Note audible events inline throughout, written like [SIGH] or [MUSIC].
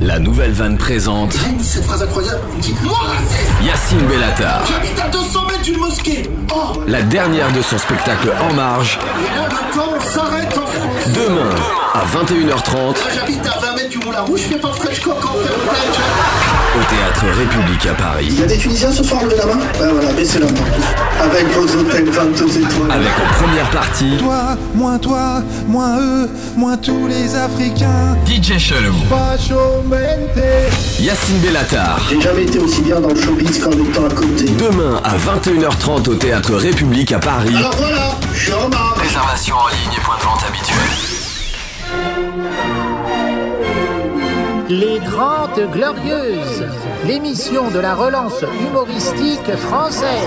La nouvelle vanne présente J'ai mis cette phrase incroyable. Dites-moi raciste Yacine Bellatar, J'habite à 200 mètres d'une mosquée Oh la dernière de son spectacle En Marge, Et là, maintenant, on s'arrête en France demain à 21h30 Moi, J'habite à 20 mètres du Moulin Rouge, je fais pas fraîche coque en fait au Théâtre République à Paris. Il y a des Tunisiens ce soir, le lama Ouais, voilà, baissez-la. Avec vos hôtels 22 étoiles. Avec en première partie Toi, moins toi, moins eux, moins tous les Africains. DJ Chelou, Yacine Bellatar. J'ai jamais été aussi bien dans le showbiz qu'en étant à côté. Demain à 21h30 au Théâtre République à Paris. Alors voilà, je suis en marge. Réservation en ligne et point de vente habituel. Les Grandes Glorieuses, l'émission de la relance humoristique française.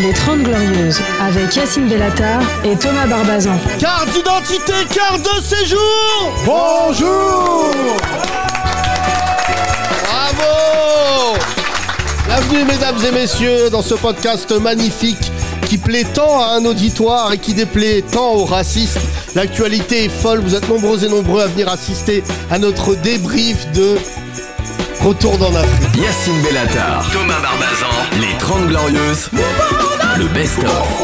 Les 30 Glorieuses, avec Yacine Bellatar et Thomas Barbazan. Carte d'identité, carte de séjour Bonjour Bravo Bienvenue mesdames et messieurs dans ce podcast magnifique qui plaît tant à un auditoire et qui déplaît tant aux racistes. L'actualité est folle, vous êtes nombreux et nombreux à venir assister à notre débrief de Retour dans l'Afrique. Yacine Bellatar, Thomas Barbazan, Les 30 Glorieuses, le best-of.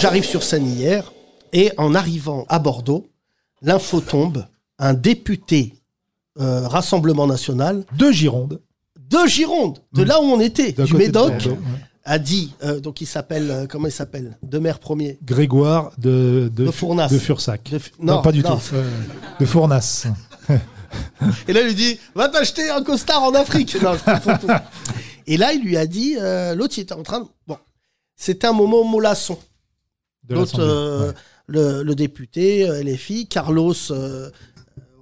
J'arrive sur scène hier et en arrivant à Bordeaux, l'info tombe, un député euh, Rassemblement National De Gironde. Mm. de Gironde, de là où on était, D'un du côté de Médoc, Bordeaux, ouais. a dit, euh, donc il s'appelle, euh, comment il s'appelle Demer Premier. Grégoire de, de, De Fournas. de Fursac. De Fu- non, non, pas du non. tout. Euh, [LAUGHS] De Fournas. Et là, il lui dit, va t'acheter un costard en Afrique. Non, je confonds tout. Et là, il lui a dit, euh, l'autre, il était en train de... Bon, c'était un moment mollasson. De L'autre, l'Assemblée. euh, Ouais. le, le député, euh, LFI, Carlos, euh,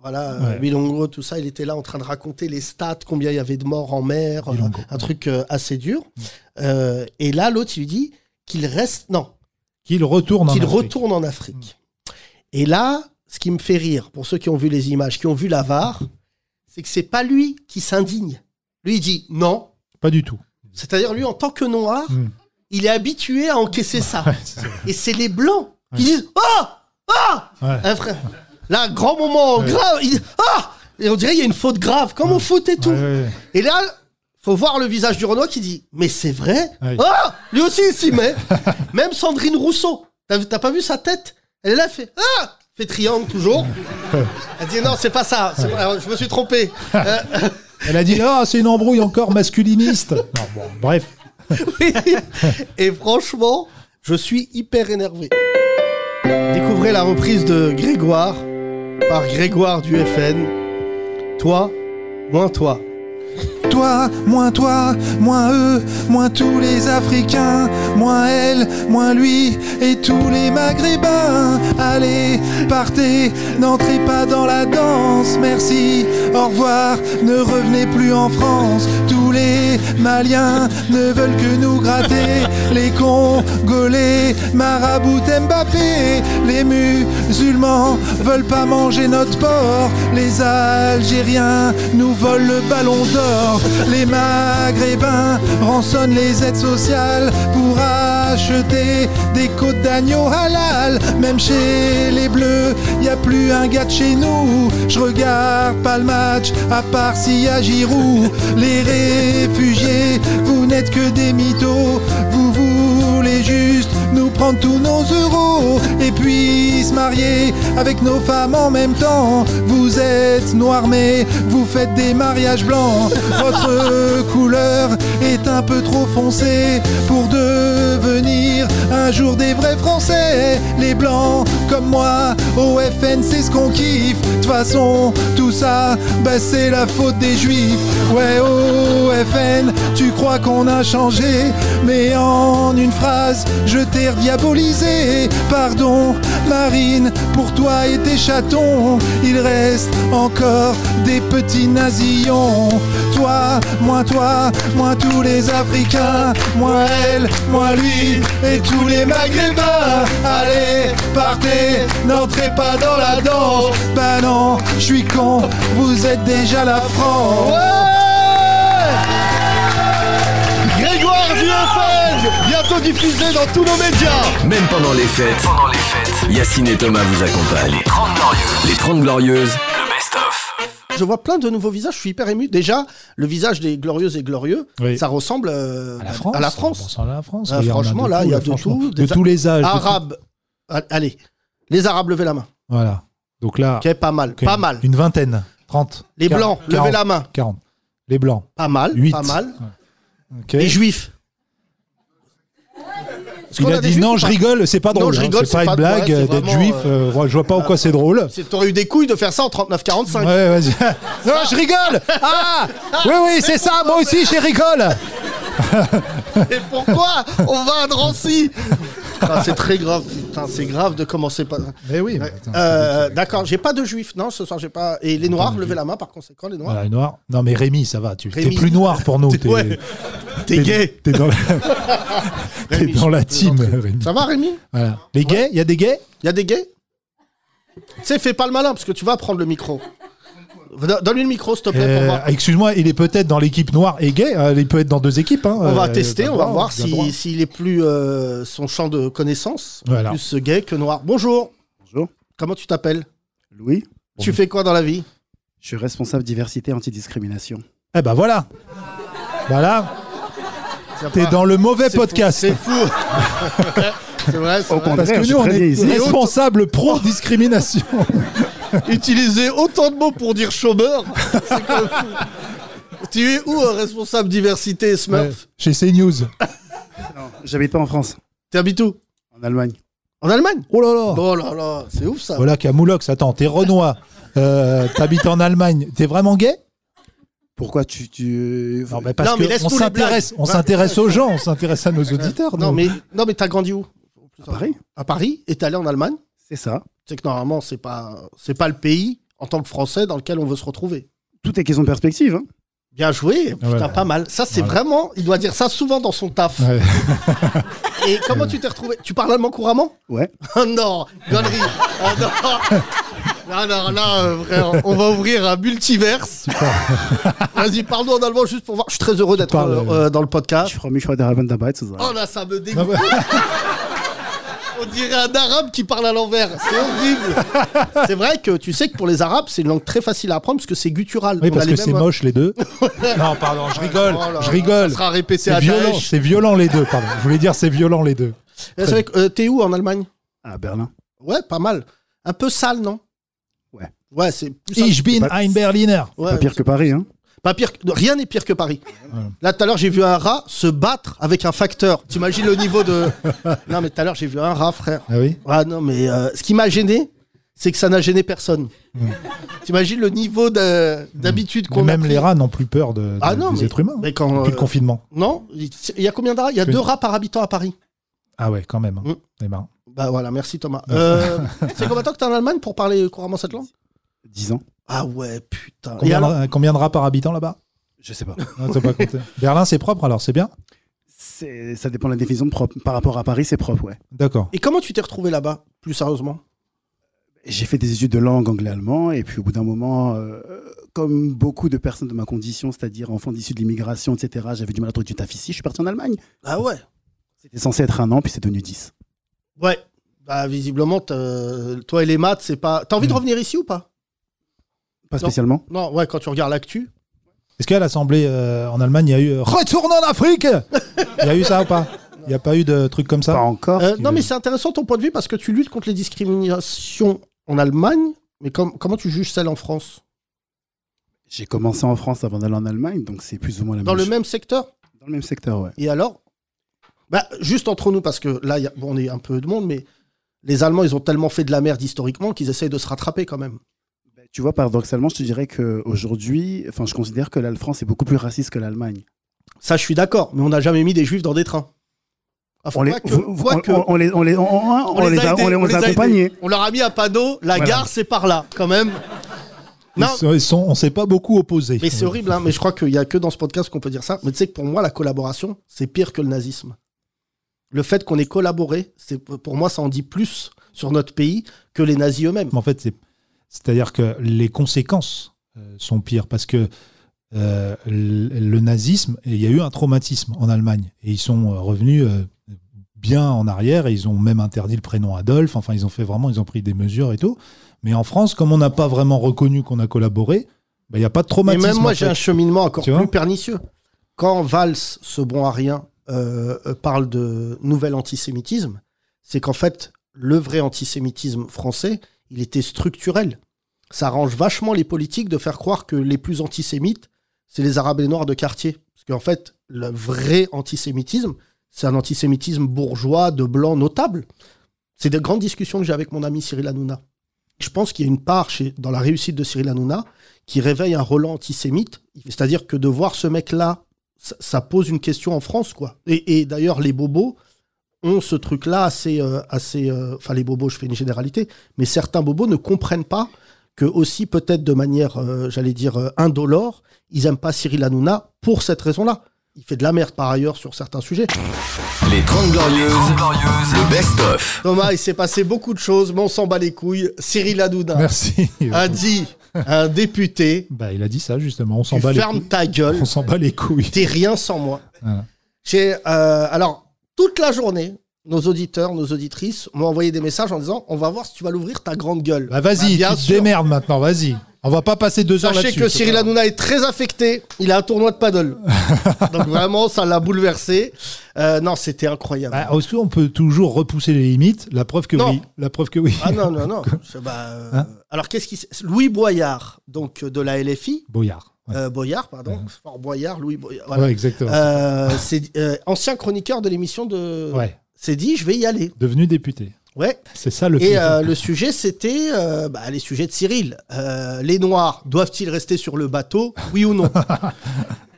voilà, euh, Ouais. Bilongo, tout ça, il était là en train de raconter les stats, combien il y avait de morts en mer, euh, Bilongo. un truc euh, assez dur. Mm. Euh, et là, l'autre, il lui dit qu'il reste... Non, Qu'il retourne en qu'il Afrique. retourne en Afrique. Et là, ce qui me fait rire, pour ceux qui ont vu les images, qui ont vu la VAR, c'est que c'est pas lui qui s'indigne. Lui, il dit non. Pas du tout. C'est-à-dire, lui, en tant que noir, Mm. il est habitué à encaisser ça. c'est vrai. Et c'est les blancs qui disent Ah Ah Ouais. Un frère. Là, un grand moment grave, il dit Ah Et on dirait il y a une faute grave, comme on faute et tout. Ouais, ouais, Et là, faut voir le visage du Renoir qui dit Mais c'est vrai Ouais. Ah Lui aussi, il s'y [LAUGHS] met. Même Sandrine Rousseau, t'as t'as pas vu sa tête Elle est là, elle fait Ah Fait triangle toujours. Elle dit Non, c'est pas ça. c'est- alors, je me suis trompé. Euh, Elle a dit Ah, c'est une embrouille encore masculiniste. Non, bon, bref. oui. Et franchement, je suis hyper énervé. Découvrez la reprise de Grégoire par Grégoire du FN. Toi, moins toi. Toi, moins toi, moins eux, moins tous les Africains, moins elle, moins lui et tous les Maghrébins. Allez, partez, n'entrez pas dans la danse, merci, au revoir, ne revenez plus en France. Tous les Maliens ne veulent que nous gratter, les Congolais, Marabout Mbappé, les musulmans veulent pas manger notre porc, les Algériens nous volent le ballon d'or, les Maghrébins rançonnent les aides sociales pour acheter des côtes d'agneau halal, même chez les Bleus, y a plus un gars de chez nous, je regarde pas le match, à part s'il y a Giroud, les réfugiés, vous n'êtes que des mythos, vous voulez juste nous prendre tous nos euros et puis se marier avec nos femmes en même temps. Vous êtes noirs mais vous faites des mariages blancs. Votre couleur est un peu trop foncée pour devenir un jour des vrais Français. Les blancs comme moi, au FN c'est ce qu'on kiffe. De toute façon, tout ça, bah, c'est la faute des juifs. Ouais, au FN, tu crois qu'on a changé, mais en une phrase, je t'ai diabolisé. Pardon, Marine, pour toi et tes chatons, il reste encore des petits nazillons. Toi, moins toi, moins tous les Africains, moins elle, moins lui et tous les Maghrébins. Allez, partez, n'entrez pas dans la danse. Bah non, je suis con, vous êtes déjà la France. Grégoire du FN Bientôt diffusé dans tous nos médias Même pendant les fêtes, pendant les fêtes, Yacine et Thomas vous accompagnent. Les 30 Glorieuses. Les 30 Glorieuses, le best-of. Je vois plein de nouveaux visages, je suis hyper ému. Déjà, le visage des glorieuses et glorieux, Oui. ça ressemble euh, À la France. à la On France. pense à la France. Ah, oui, on a franchement, de là, tout, il y a de franchement. tout, De des tous les âges. de tout- Arabes, a- allez, les Arabes, levez la main. Voilà. Donc là, Ok, pas mal, ok, pas mal. Une vingtaine. 30. Les Blancs, levez la main. 40. Les Blancs. Pas mal, Huit. pas mal. Ok. Les Juifs. Est-ce qu'on Il a des dit Juifs non, ou je pas rigole, c'est pas Non, drôle. je hein, rigole, C'est pas c'est pas une drôle, blague c'est euh, d'être vraiment, juif. euh, euh, ouais, Je vois pas en quoi c'est drôle. C'est- T'aurais eu des couilles de faire ça en 39-45. [LAUGHS] Ouais, vas-y. Non, je rigole. Ah, oui, oui, c'est ça. Moi aussi, je rigole. [LAUGHS] Et pourquoi on va à [LAUGHS] Drancy Ah, C'est très grave, putain, c'est grave de commencer pas. Mais oui. mais Ouais. attends. Euh, D'accord, j'ai pas de juifs, non, ce soir j'ai pas. Et les noirs, levez la main par conséquent, les noirs. Voilà, les noirs. Non, mais Rémi, ça va. Tu es Rémi. plus noir pour nous. [LAUGHS] T'es- T'es ouais. T'es t'es- gay T'es [LAUGHS] dans la, t'es Rémi, dans je la peux team, plaisanter. Rémi. Ça va, Rémi Voilà. Les gays, il y a des gays Il y a des gays Tu sais, fais pas le malin parce que tu vas prendre le micro. Don- Donne-lui le micro, s'il te plaît, pour Euh, voir. Excuse-moi, il est peut-être dans l'équipe noire et gay. euh, Il peut être dans deux équipes. hein, On va euh, tester, d'un on va droit, voir d'un si- droit. s'il est plus euh, son champ de connaissances, Voilà. plus gay que noir. Bonjour. Bonjour. Comment tu t'appelles Louis, Tu fais quoi dans la vie je suis responsable diversité et antidiscrimination. Eh ben voilà. Voilà, t'es dans le mauvais C'est fou, podcast. [LAUGHS] C'est fou. c'est vrai, c'est Au vrai. Parce contraire, que je nous, on suis très bien est ici. responsable pro-discrimination. [LAUGHS] Utiliser autant de mots pour dire chômeur, c'est [LAUGHS] quand même fou. Tu es où, euh, responsable diversité et Ouais, Smurf Chez CNews. Non, J'habite pas en France, T'habites où en Allemagne. En Allemagne Oh là là. Oh là là, c'est ouf ça. Voilà, Camoulox, attends, t'es Renoir. Euh, T'habites en Allemagne. T'es vraiment gay Pourquoi tu. tu... Non, mais parce Non, mais que on laisse-nous les s'intéresse, blagues. on s'intéresse aux gens, on s'intéresse à nos auditeurs. Non nous. mais, non, mais t'as grandi où Pareil, À Paris et t'es allé en Allemagne c'est ça. C'est que normalement, c'est pas, c'est pas le pays en tant que Français dans lequel on veut se retrouver. Tout est question de perspective. hein. Bien joué, putain, Voilà. pas mal. Ça, c'est Voilà. vraiment. Il doit dire ça souvent dans son taf. Ouais. Et comment tu t'es retrouvé Tu parles allemand couramment Ouais. [LAUGHS] Oh non, connerie. Oh non. Non, non, là, euh, frère, on va ouvrir un multiverse. Vas-y, parle-nous en allemand juste pour voir. Je suis très heureux d'être parles, euh, euh, dans le Je podcast. suis promis, je suis à Raben dabei zu sein. Oh là, ça me Non, dégoûte. mais- On dirait un arabe qui parle à l'envers. C'est horrible. c'est vrai que tu sais que pour les arabes, c'est une langue très facile à apprendre parce que c'est guttural. Oui, On a parce les que c'est mêmes- hein. moche les [LAUGHS] deux. [LAUGHS] non, pardon, je rigole, Oh là là, je rigole. Ça sera répété C'est à violent, Daesh. c'est violent les deux, pardon. Je voulais dire c'est violent les deux. Eh, c'est vrai que, euh, T'es où en Allemagne À Berlin. Ouais, pas mal. Un peu sale, non Ouais. Ouais, c'est plus sale. Ich bin pas- ein Berliner. Pas Ouais, pire que Paris, hein. Pas pire, que- rien n'est pire que Paris. Euh, Là, tout à l'heure, j'ai vu un rat se battre avec un facteur. T'imagines le niveau [LAUGHS] de. Non, mais tout à l'heure, j'ai vu un rat, frère. Ah oui Ah non, mais euh, ce qui m'a gêné, c'est que ça n'a gêné personne. T'imagines le niveau de- d'habitude Hmm. Mais qu'on a Même pris. les rats n'ont plus peur de, de- Ah non, des mais- êtres humains. mais quand, depuis euh, le confinement. Non Il il y a combien de rats Il y a Que- deux rats par habitant à Paris. Ah ouais, quand même. Mm. Eh ben, Bah voilà, merci Thomas. Euh, c'est combien de temps que t'es en Allemagne pour parler couramment cette langue 10 ans. Ah ouais, putain. Et combien, alors de, combien de rats par habitant là-bas Je sais pas. Non, [LAUGHS] t'as pas compté. [LAUGHS] Berlin, c'est propre alors, c'est bien C'est- Ça dépend de la définition de propre. Par rapport à Paris, c'est propre, ouais. D'accord. Et comment tu t'es retrouvé là-bas, plus sérieusement J'ai fait des études de langue anglais-allemand, et puis au bout d'un moment, euh, comme beaucoup de personnes de ma condition, c'est-à-dire enfants issus de l'immigration, etc., j'avais du mal à trouver du taf ici, je suis parti en Allemagne. Ah ouais C'était censé être un an, puis c'est devenu 10. Ouais. Bah visiblement, t'as- toi et les maths, c'est pas. T'as envie de Hmm. revenir ici ou pas Pas Non. spécialement. Non, ouais, quand tu regardes l'actu. Est-ce qu'à l'Assemblée euh, en Allemagne, il y a eu euh, Retourne en Afrique Il y a eu ça ou pas Il n'y a pas eu de truc comme Pas ça encore. Euh, non, mais c'est intéressant ton point de vue parce que tu luttes contre les discriminations en Allemagne, mais com- comment tu juges celles en France J'ai commencé en France avant d'aller en Allemagne, donc c'est plus ou moins la Dans même le chose. même secteur Dans le même secteur, ouais. Et alors bah, Juste entre nous, parce que là, y a- bon, on est un peu de monde, mais les Allemands, ils ont tellement fait de la merde historiquement qu'ils essayent de se rattraper quand même. Ben, Tu vois, paradoxalement, je te dirais qu'aujourd'hui, enfin, je considère que la France est beaucoup plus raciste que l'Allemagne. Ça, je suis d'accord, mais on n'a jamais mis des juifs dans des trains. Enfin, On les, quoique- on- on- quoique- on- on les, on les, on- on- on les a, aidés, on les- on les a aidés. accompagnés. On leur a mis un panneau, la Voilà. gare c'est par là, quand même. Ils Non, sont- ils sont- on ne s'est pas beaucoup opposés. mais c'est horrible, hein, mais je crois qu'il n'y a que dans ce podcast qu'on peut dire ça. Mais tu sais que pour moi, la collaboration, c'est pire que le nazisme. Le fait qu'on ait collaboré, c'est pour moi, ça en dit plus sur notre pays que les nazis eux-mêmes. Mais en fait, c'est- c'est-à-dire que les conséquences euh, sont pires parce que euh, le, le nazisme, et il y a eu un traumatisme en Allemagne et ils sont euh, revenus euh, bien en arrière et ils ont même interdit le prénom Adolphe. Enfin, ils ont fait vraiment, ils ont pris des mesures et tout. Mais en France, comme on n'a pas vraiment reconnu qu'on a collaboré, bah, il n'y a pas Et de traumatisme. même moi, en j'ai fait. un cheminement encore Tu plus vois pernicieux. Quand Valls, ce bon à rien, euh, euh, parle de nouvel antisémitisme, c'est qu'en fait, le vrai antisémitisme français, il était structurel. Ça arrange vachement les politiques de faire croire que les plus antisémites, c'est les Arabes et les Noirs de quartier. Parce qu'en fait, le vrai antisémitisme, c'est un antisémitisme bourgeois, de blanc, notable. C'est des grandes discussions que j'ai avec mon ami Cyril Hanouna. Je pense qu'il y a une part chez- dans la réussite de Cyril Hanouna qui réveille un Roland antisémite. C'est-à-dire que de voir ce mec-là, ça, ça pose une question en France, quoi. Et, et d'ailleurs, les bobos ont ce truc-là assez, euh, assez. euh, Enfin, les bobos, je fais une généralité, mais certains bobos ne comprennent pas que aussi peut-être de manière, euh, j'allais dire euh, indolore, ils aiment pas Cyril Hanouna pour cette raison-là. Il fait de la merde par ailleurs sur certains sujets. Les 30 Glorieuses, le best-of. Thomas, il s'est passé beaucoup de choses, mais on s'en bat les couilles. Cyril Hanouna Merci. a dit à un député Bah, il a dit ça justement. On s'en tu bat les fermes couilles. ta gueule. On s'en bat les couilles. T'es rien sans moi. Voilà. J'ai euh, alors toute la journée, nos auditeurs, nos auditrices m'ont envoyé des messages en disant on va voir si tu vas l'ouvrir ta grande gueule. Bah, vas-y, Bah, bien tu te sûr. démerdes maintenant. Vas-y. On va pas passer deux heures Sachez là-dessus. que Cyril Hanouna est très affecté. Il a un tournoi de [LAUGHS] paddle. Donc vraiment, ça l'a bouleversé. Euh, non, c'était incroyable. Bah, est-ce qu'on peut toujours repousser les limites La preuve que Non. oui. La preuve que oui. ah [LAUGHS] non, non, non. C'est- bah, euh, Hein alors qu'est-ce qui s- Louis Boyard, donc euh, de la LFI, Boyard. Ouais. euh, Boyard, pardon, Fort Boyard, Louis Boyard. voilà. Ouais, exactement. Euh, c'est euh, ancien chroniqueur de l'émission de. ouais. C'est dit, je vais y aller. [LAUGHS] Devenu député. Ouais. C'est ça le Et pire. euh, le sujet, c'était euh, bah, les sujets de Cyril. Euh, les Noirs, doivent-ils rester sur le bateau, oui ou [LAUGHS] non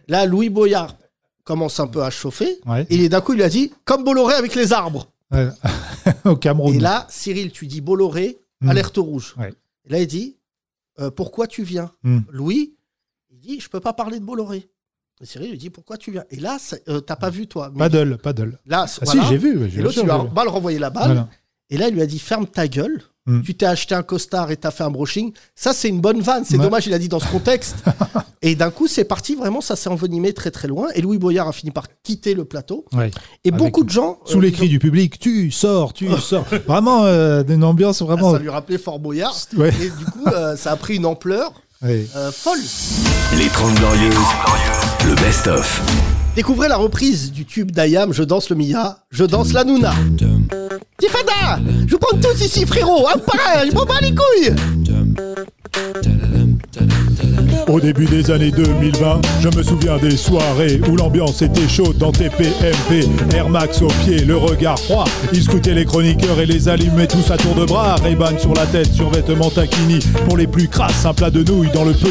Là, Louis Boyard commence un peu à chauffer. Ouais. Et d'un coup, il a dit comme Bolloré avec les arbres. Ouais. [LAUGHS] Au Cameroun. Et là, Cyril, tu dis Bolloré, Mm. alerte au rouge. Ouais. Et Là, il dit euh, pourquoi tu viens Mm. Louis, il dit je peux pas parler de Bolloré. Et Cyril lui dit pourquoi tu viens Et là, ça- euh, t'as pas vu toi. Mais Paddle, paddle. Là, Ah voilà. si, j'ai vu. j'ai Et l'autre, sûr, tu lui as j'ai vu. mal renvoyé la balle. Voilà. Et là, il lui a dit ferme ta gueule. Mm. Tu t'es acheté un costard et t'as fait un brushing. Ça, c'est une bonne vanne. C'est Ouais. dommage, il a dit dans ce [LAUGHS] contexte. et d'un coup, c'est parti. Vraiment, ça s'est envenimé très très loin. Et Louis Boyard a fini par quitter le plateau. Ouais. Et Avec- beaucoup de gens. Sous euh, les ils cris ont- du public, tu [LAUGHS] sors, tu sors. Vraiment euh, une ambiance Ah, vraiment. ça lui rappelait Fort Boyard. Ouais. Et du coup, euh, ça a pris une ampleur Ouais. euh, folle. Les 30 Glorieuses, le best-of. Découvrez la reprise du tube d'Ayam Je danse le Mia, Je danse la Nouna. Tifada Je vous prends tous ici, frérot Un par un, je m'en bats les couilles Au début des années 2020, je me souviens des soirées où l'ambiance était chaude dans TPMP. Air Max au pied, le regard froid. Ils scrutaient les chroniqueurs et les allumaient tous à tour de bras. Ray-Ban sur la tête, sur vêtements taquini. Pour les plus crasses, un plat de nouilles dans le puzzle.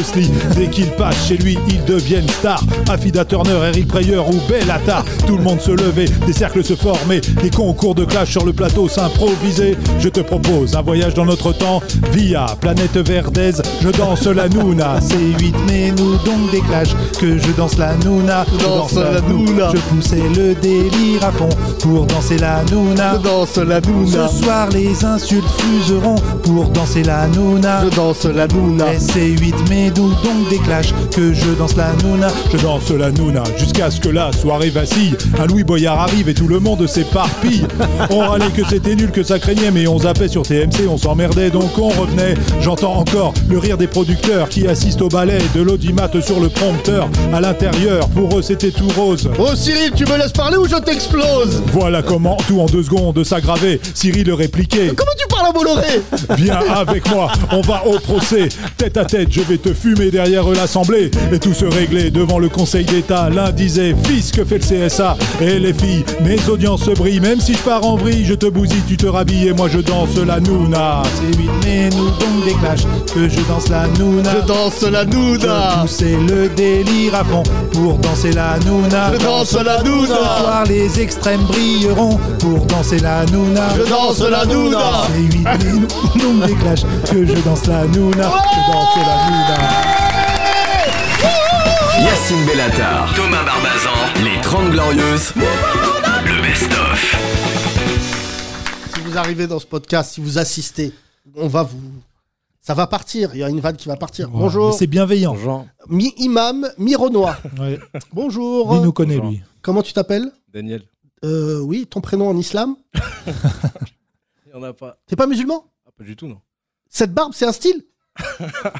Dès qu'ils passent chez lui, ils deviennent stars. Afida Turner, Eric Prayer ou Bellata. Tout le monde se levait, des cercles se formaient. Des concours de clash sur le plateau s'improvisaient. Je te propose un voyage dans notre temps via Planète Verdez. Je danse la Nouna. C'est 8 mais nous donc des clashs que je danse la Nouna. Je danse la Nouna. Je poussais le délire à fond pour danser la Nouna. danse la Ce soir les insultes fuseront pour danser la Nouna. danse la Nouna Et c'est 8 mais nous donc des clashs que je danse la Nouna. Je danse la Nouna jusqu'à ce que la soirée vacille. Un Louis Boyard arrive et tout le monde s'éparpille. on râlait que c'était nul, que ça craignait, mais on zappait sur TMC, on s'emmerdait donc on revenait. J'entends encore le rire des producteurs qui assistent au ballet de l'audimat sur le prompteur. À l'intérieur, pour eux c'était tout rose. Oh Cyril, tu me laisses parler ou je t'explose Voilà comment tout en deux secondes s'aggravait. Cyril répliquait. Comment tu parles à Bolloré Viens avec moi, on va au procès. Tête à tête, je vais te fumer derrière l'Assemblée. Et tout se régler devant le Conseil d'État. L'un disait, fils, que fait le CSA Et les filles, mes audiences se brillent. Même si je pars en vrille, je te bousille, tu te rhabilles et moi je danse la nouna. C'est huit mais nous donc des clashs que je danse la nouna. danse la Nouna Pousser le délire à fond pour danser la nouna. la Ce soir, les extrêmes brilleront pour danser la nouna. danse la Nouna C'est 8 mais non des clashs que je danse la Nouna. Je danse la Nouna. Yacine Bellatar, Thomas Barbazan, les 30 Glorieuses, le best-of. Si vous arrivez dans ce podcast, si vous assistez, on va vous... Ça va partir, il y a une vanne qui va partir. Bonjour, C'est bienveillant. mi-imam, mi-renois. Ouais. Bonjour, Lui nous connaît, lui. comment tu t'appelles Daniel. Euh, oui, ton prénom en islam [LAUGHS] Il y en a pas. T'es pas musulman Ah, pas du tout, non. Cette barbe, c'est un style [LAUGHS]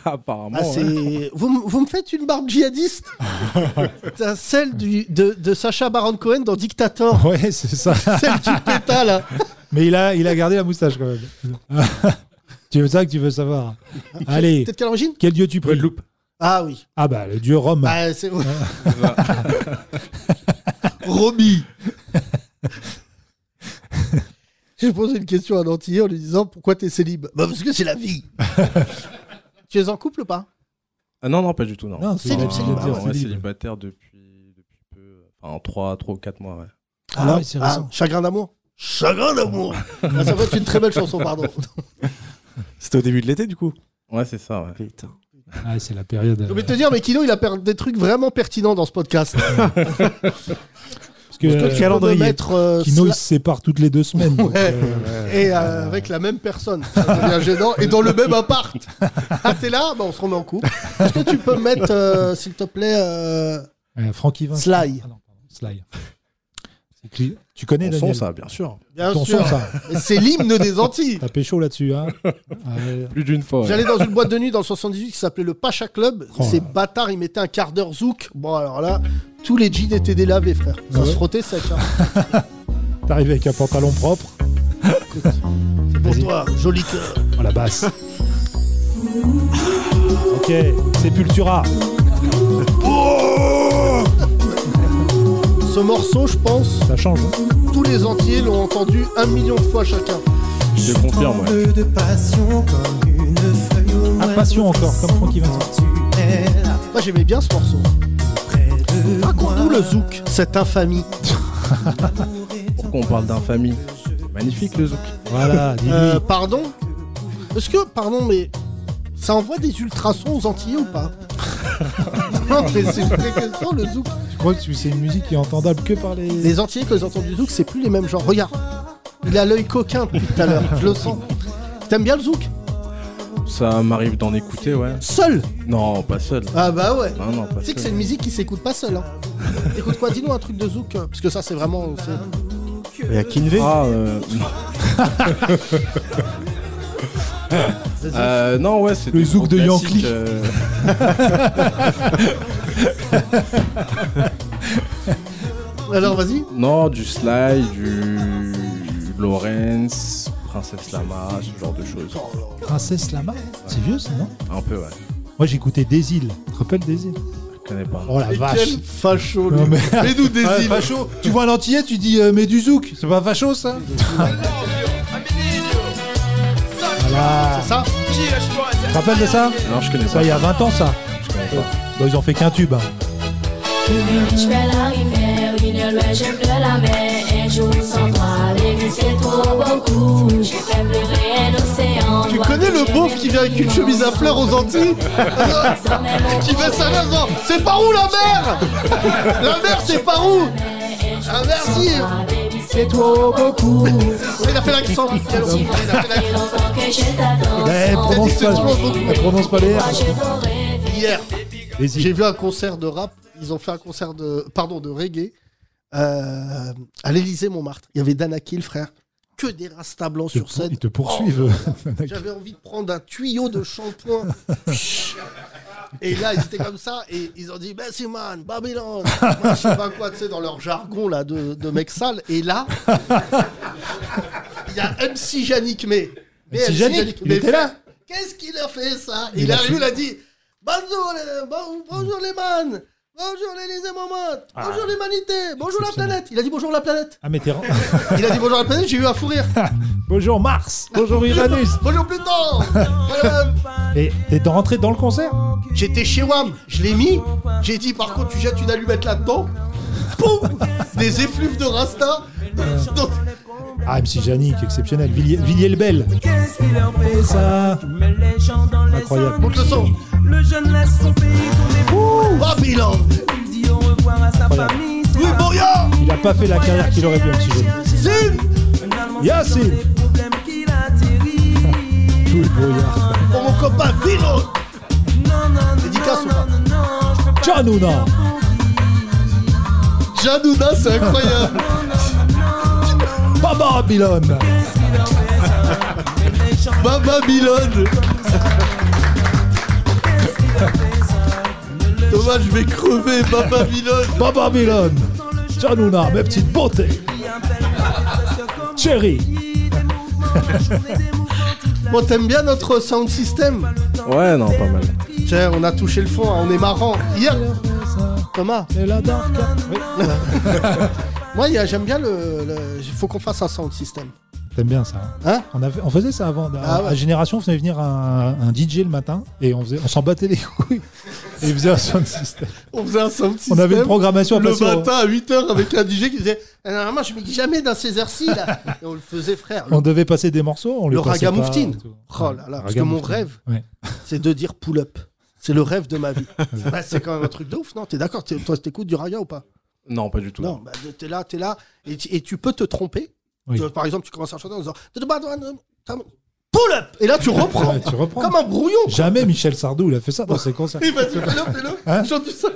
Apparemment. Ah, ouais. c'est- vous, m- vous me faites une barbe [LAUGHS] djihadiste T'as celle du, de, de Sacha Baron [LAUGHS] Cohen dans Dictator. Ouais, c'est ça. Celle du péta, là. Mais il a, il a gardé la moustache quand [LAUGHS] même. tu veux ça que tu veux savoir Allez, Peut-être quelle origine quel dieu tu pries Ah oui. Ah bah le dieu Rome. Ah, [LAUGHS] c'est... [LAUGHS] Roby J'ai posé une question à un Antillais en lui disant pourquoi t'es célib Bah parce que c'est la [LAUGHS] vie Tu es en couple ou pas Ah, non, non, pas du tout, non. Non, c'est- Enfin, c'est libre, ouais, c'est ouais, libre. célibataire depuis, depuis peu. Enfin, en 3, 3 ou 4 mois, ouais. Ah Alors, ouais, c'est récent. Chagrin d'amour Chagrin [LAUGHS] d'amour Ah, Ça va être une très belle chanson, pardon. C'était au début de l'été, du coup. Ouais, c'est ça, ouais. Putain. Ah, c'est la période. Je euh, vais te dire, mais Kino, il a perdu des trucs vraiment pertinents dans ce podcast. parce que, Parce que euh, tu peux calendrier. me mettre, euh, Kino, il Sla- se sépare toutes les deux semaines. donc, Ouais. euh, et euh, avec la même personne. Ça [LAUGHS] devient gênant. Et dans le même appart. Ah, t'es là Bah, on se remet en couple. Est-ce que tu peux me mettre, euh, s'il te plaît, euh, euh, Francky Vincent. Sly Ah non, pardon, Sly. C'est que- Tu connais Ton son, Daniel ça, bien sûr. Bien Ton sûr. son, ça. C'est l'hymne des Antilles. T'as pécho là-dessus, [LAUGHS] hein Ouais. Plus d'une fois. J'allais dans une boîte de nuit dans le 78 qui s'appelait le Pacha Club. Oh là Ces là. bâtards, ils mettaient un quart d'heure zouk. Bon, alors là, tous les jeans étaient délavés, frère. Ça Ouais. se frottait sec. hein. T'arrives avec un pantalon propre. Pour Vas-y. toi, joli cœur. Oh la basse. ok, Sepultura. Oh Ce morceau, je pense, Ça change. hein. tous les Antillais l'ont entendu un million de fois chacun. Je te confirme, ouais. de passion comme une feuille au Ah, moindre passion encore, comme Francky Vincent. sensuel. Moi, j'aimais bien ce morceau. Près de Raconte-nous moi, le zouk, cette [LAUGHS] infamie. l'amour est Pourquoi on parle d'infamie C'est Magnifique le zouk. Voilà, dis-lui. Euh, pardon Est-ce que, pardon, mais ça envoie des ultrasons aux Antillais ou [LAUGHS] pas Non, mais c'est une vraie question, le zouk. Je crois que c'est une musique qui est entendable que par les. Les Antillais, quand ils entendent du zouk, c'est plus les mêmes genres. Regarde, il a l'œil coquin depuis tout à l'heure, je le sens. T'aimes bien le zouk Ça m'arrive d'en écouter, ouais. Seul Non, pas seul. Ah bah ouais Non, non, pas Tu sais que c'est seul. une musique qui s'écoute pas seule. Hein. T'écoutes quoi Dis-nous un truc de zouk, euh, parce que ça, c'est vraiment. c'est- Il y a Kinvey. Ah, euh, non. [LAUGHS] Vas-y. Euh, non, ouais, c'est Le des zouk gros de classiques, Yankee. euh, [LAUGHS] Alors, vas-y. Non, du Sly, du Lawrence, Princesse Lama, ah, ce genre de choses. Princesse Lama C'est vieux ça, non Un peu, ouais. Moi j'écoutais Des îles. Tu te rappelles Des îles Je connais pas. Oh la Mais vache quel facho, lui. Non, mais- Fais-nous des Ah, îles. facho. Tu vois un antillais, tu dis euh, mais du zouk, c'est pas facho [LAUGHS] ça Voilà. C'est ça Tu te rappelles de ça Non, je connais Ça pas. il y a 20 ans ça. Je connais pas. Bah, ils ont fait qu'un tube. hein. Je fais la rivière, une j'aime de la mer. Un jour sans toi, l'église c'est trop beaucoup. J'ai fait pleurer un océan. Tu connais le beauf qui vient avec une chemise à fleurs aux Antilles Qui baisse sa main en disant, C'est par où la mer La mer, c'est par où Ah merci C'est trop beaucoup. Il a fait l'accent Quel horreur, il a fait l'accent. Eh, prononce c'est pas, toujours beaucoup. eh, prononce pas les R. Hier, Des îles. j'ai vu un concert de rap. Ils ont fait un concert de, pardon, de reggae euh, à l'Élysée Montmartre. Il y avait Dana Kill, frère. Que des rastas blancs Ils sur te pour- scène. Oh, Ils te poursuivent. [LAUGHS] J'avais envie de prendre un tuyau de shampoing. Et là, ils étaient comme ça et ils ont dit Messi man, [LAUGHS] Babylone, Moi, je sais pas quoi, tu sais, dans leur jargon là de, de mecs sales. Et là, il y a MC Yannick May. Mais MC Yannick, il May, était là. Qu'est-ce qu'il a fait ça Il Il est a arrivé, fait- il a dit Bonjour les, bon- bonjour les man, bonjour les moments, bonjour l'humanité, bonjour la Ah. Exceptionnel. planète. Il a dit bonjour la planète. Ah mais t'es- [LAUGHS] Il a dit bonjour la planète, j'ai eu un fou rire. [LAUGHS] Bonjour Mars. Bonjour Uranus. Bonjour Pluton [LAUGHS] Voilà. Et t'es rentré dans le concert J'étais chez WAM, je l'ai mis. J'ai dit par contre, tu jettes une allumette là-dedans. Poum Des effluves de Rasta. Euh. Donc, Ah MC Janik, exceptionnel. Villiers- Villiers-le-Bel. Qu'est-ce qu'il leur fait ça Ça. Tu mets les gens dans les Incroyable. Monte le son. ah, ennuis. Le jeune laisse son pays tourner pour Babylone Il dit au revoir à sa Incroyable. famille. Oui, Boria Il a pas fait la carrière qu'il aurait pu, MC Janik. Zim Yacine. Yacine problèmes qui l'attirent. Tout le brouillard. Pour mon copain Vilo Non, non, non, Dédicace ou pas non, non, je peux pas Janouna. dire pour dire. Janouna, c'est incroyable Pas Babylone Pas Babylone Thomas, je vais crever, pas Babylone Pas Babylone Janouna, mes petites beautés [LAUGHS] Chérie Bon, t'aimes bien notre sound system Ouais, non, pas mal. Tiens, on a touché le fond, hein, on est marrant. Hier, Thomas. hein. [LAUGHS] Moi, il y a- j'aime bien le. Il faut qu'on fasse un sound system. T'aimes bien ça hein Hein on, avait- on faisait ça avant. Ah à, ouais. à Génération, on faisait venir un, un DJ le matin et on, faisait- on s'en battait les couilles. Et il faisait un sound system. On faisait un sound On system. avait une programmation à le passer hein. au- matin à 8h avec un DJ qui disait Eh, Normalement, je me dis jamais dans ces heures-ci là. Et on le faisait, frère. On devait passer des morceaux. On les le passait Raga pas. Mouftine. Oh là là, parce que mon Ragamuffin. rêve, Ouais. [LAUGHS] c'est de dire pull-up. C'est le rêve de ma [LAUGHS] vie. Bah, c'est quand même un truc de ouf, non T'es d'accord T'es- Toi, t'écoutes du raga ou pas Non, pas du tout. Non, bah, t'es là, t'es là, et, tu- et tu peux te tromper. Oui. Tu vois, par exemple, tu commences à chanter en disant um, Pull-up Et là, tu reprends. [LAUGHS] Ouais, tu reprends. Comme un brouillon. quoi. Jamais Michel Sardou, il a fait ça dans [LAUGHS] ses concerts. Et vas-y, fais-le, fais-le. Hein Chante du sol.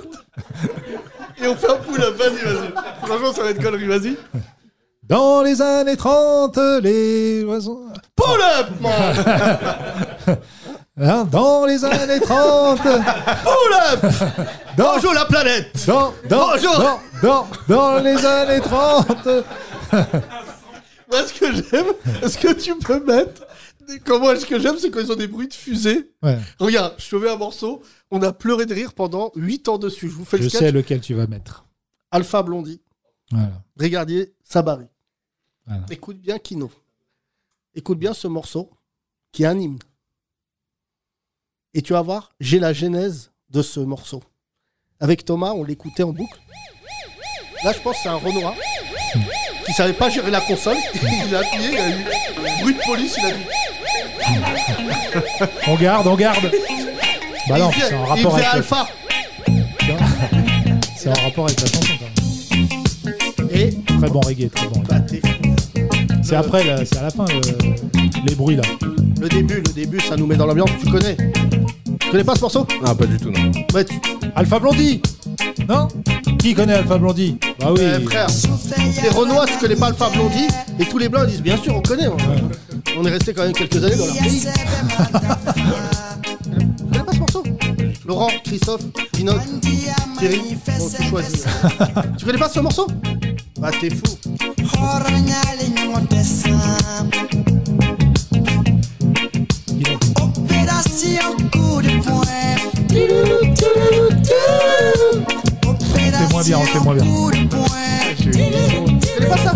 Et on fait un pull-up. Vas-y, vas-y. Franchement, ça va être connerie. Vas-y. Dans les années 30, les oiseaux. Pull-up, man [LAUGHS] Hein, dans les années [LAUGHS] 30. Pull-up Dans- Bonjour la planète Dans, dans, Bonjour. dans, dans, dans les [LAUGHS] années 30. Oh, Moi, ce que j'aime, ce que tu peux mettre. Comment ce que j'aime, c'est quand ils ont des bruits de fusée. Ouais. Regarde, je te mets un morceau. On a pleuré de rire pendant 8 ans dessus. Je vous fais Je le sketch. sais lequel tu vas mettre. Alpha Blondie. Voilà. Regardier Sabari. Voilà. Écoute bien Kino. Écoute bien ce morceau qui est un hymne. Et tu vas voir, j'ai la genèse de ce morceau. Avec Thomas, on l'écoutait en boucle. Là, je pense que c'est un Renoir qui savait pas gérer la console. [LAUGHS] Il a appuyé, il a eu bruit de police, il a dit. On garde, on garde. Bah non, il faisait- c'est en il rapport faisait avec. Alpha. C'est en rapport avec la chanson quand même. Et Bah, très bon reggae, très bon reggae. C'est après, là, c'est à la fin le- les bruits là. Le début, le début, ça nous met dans l'ambiance. Tu connais Tu connais pas ce morceau Ah, pas du tout, non. Ouais, tu- Alpha Blondie Non Qui connaît Alpha Blondie Bah oui. Eh, frère, les Renois, tu connais pas Alpha Blondie Et tous les blancs ils disent bien sûr, on connaît. On, on est resté quand même quelques années dans leur pays. Vous connaissez pas ce morceau Laurent, Christophe, Pinoc, Thierry, bon, tu choisis. tu connais pas ce morceau Bah t'es fou. Opération coup de poing. C'est moins bien, on fait moins bien. Tu connais pas ça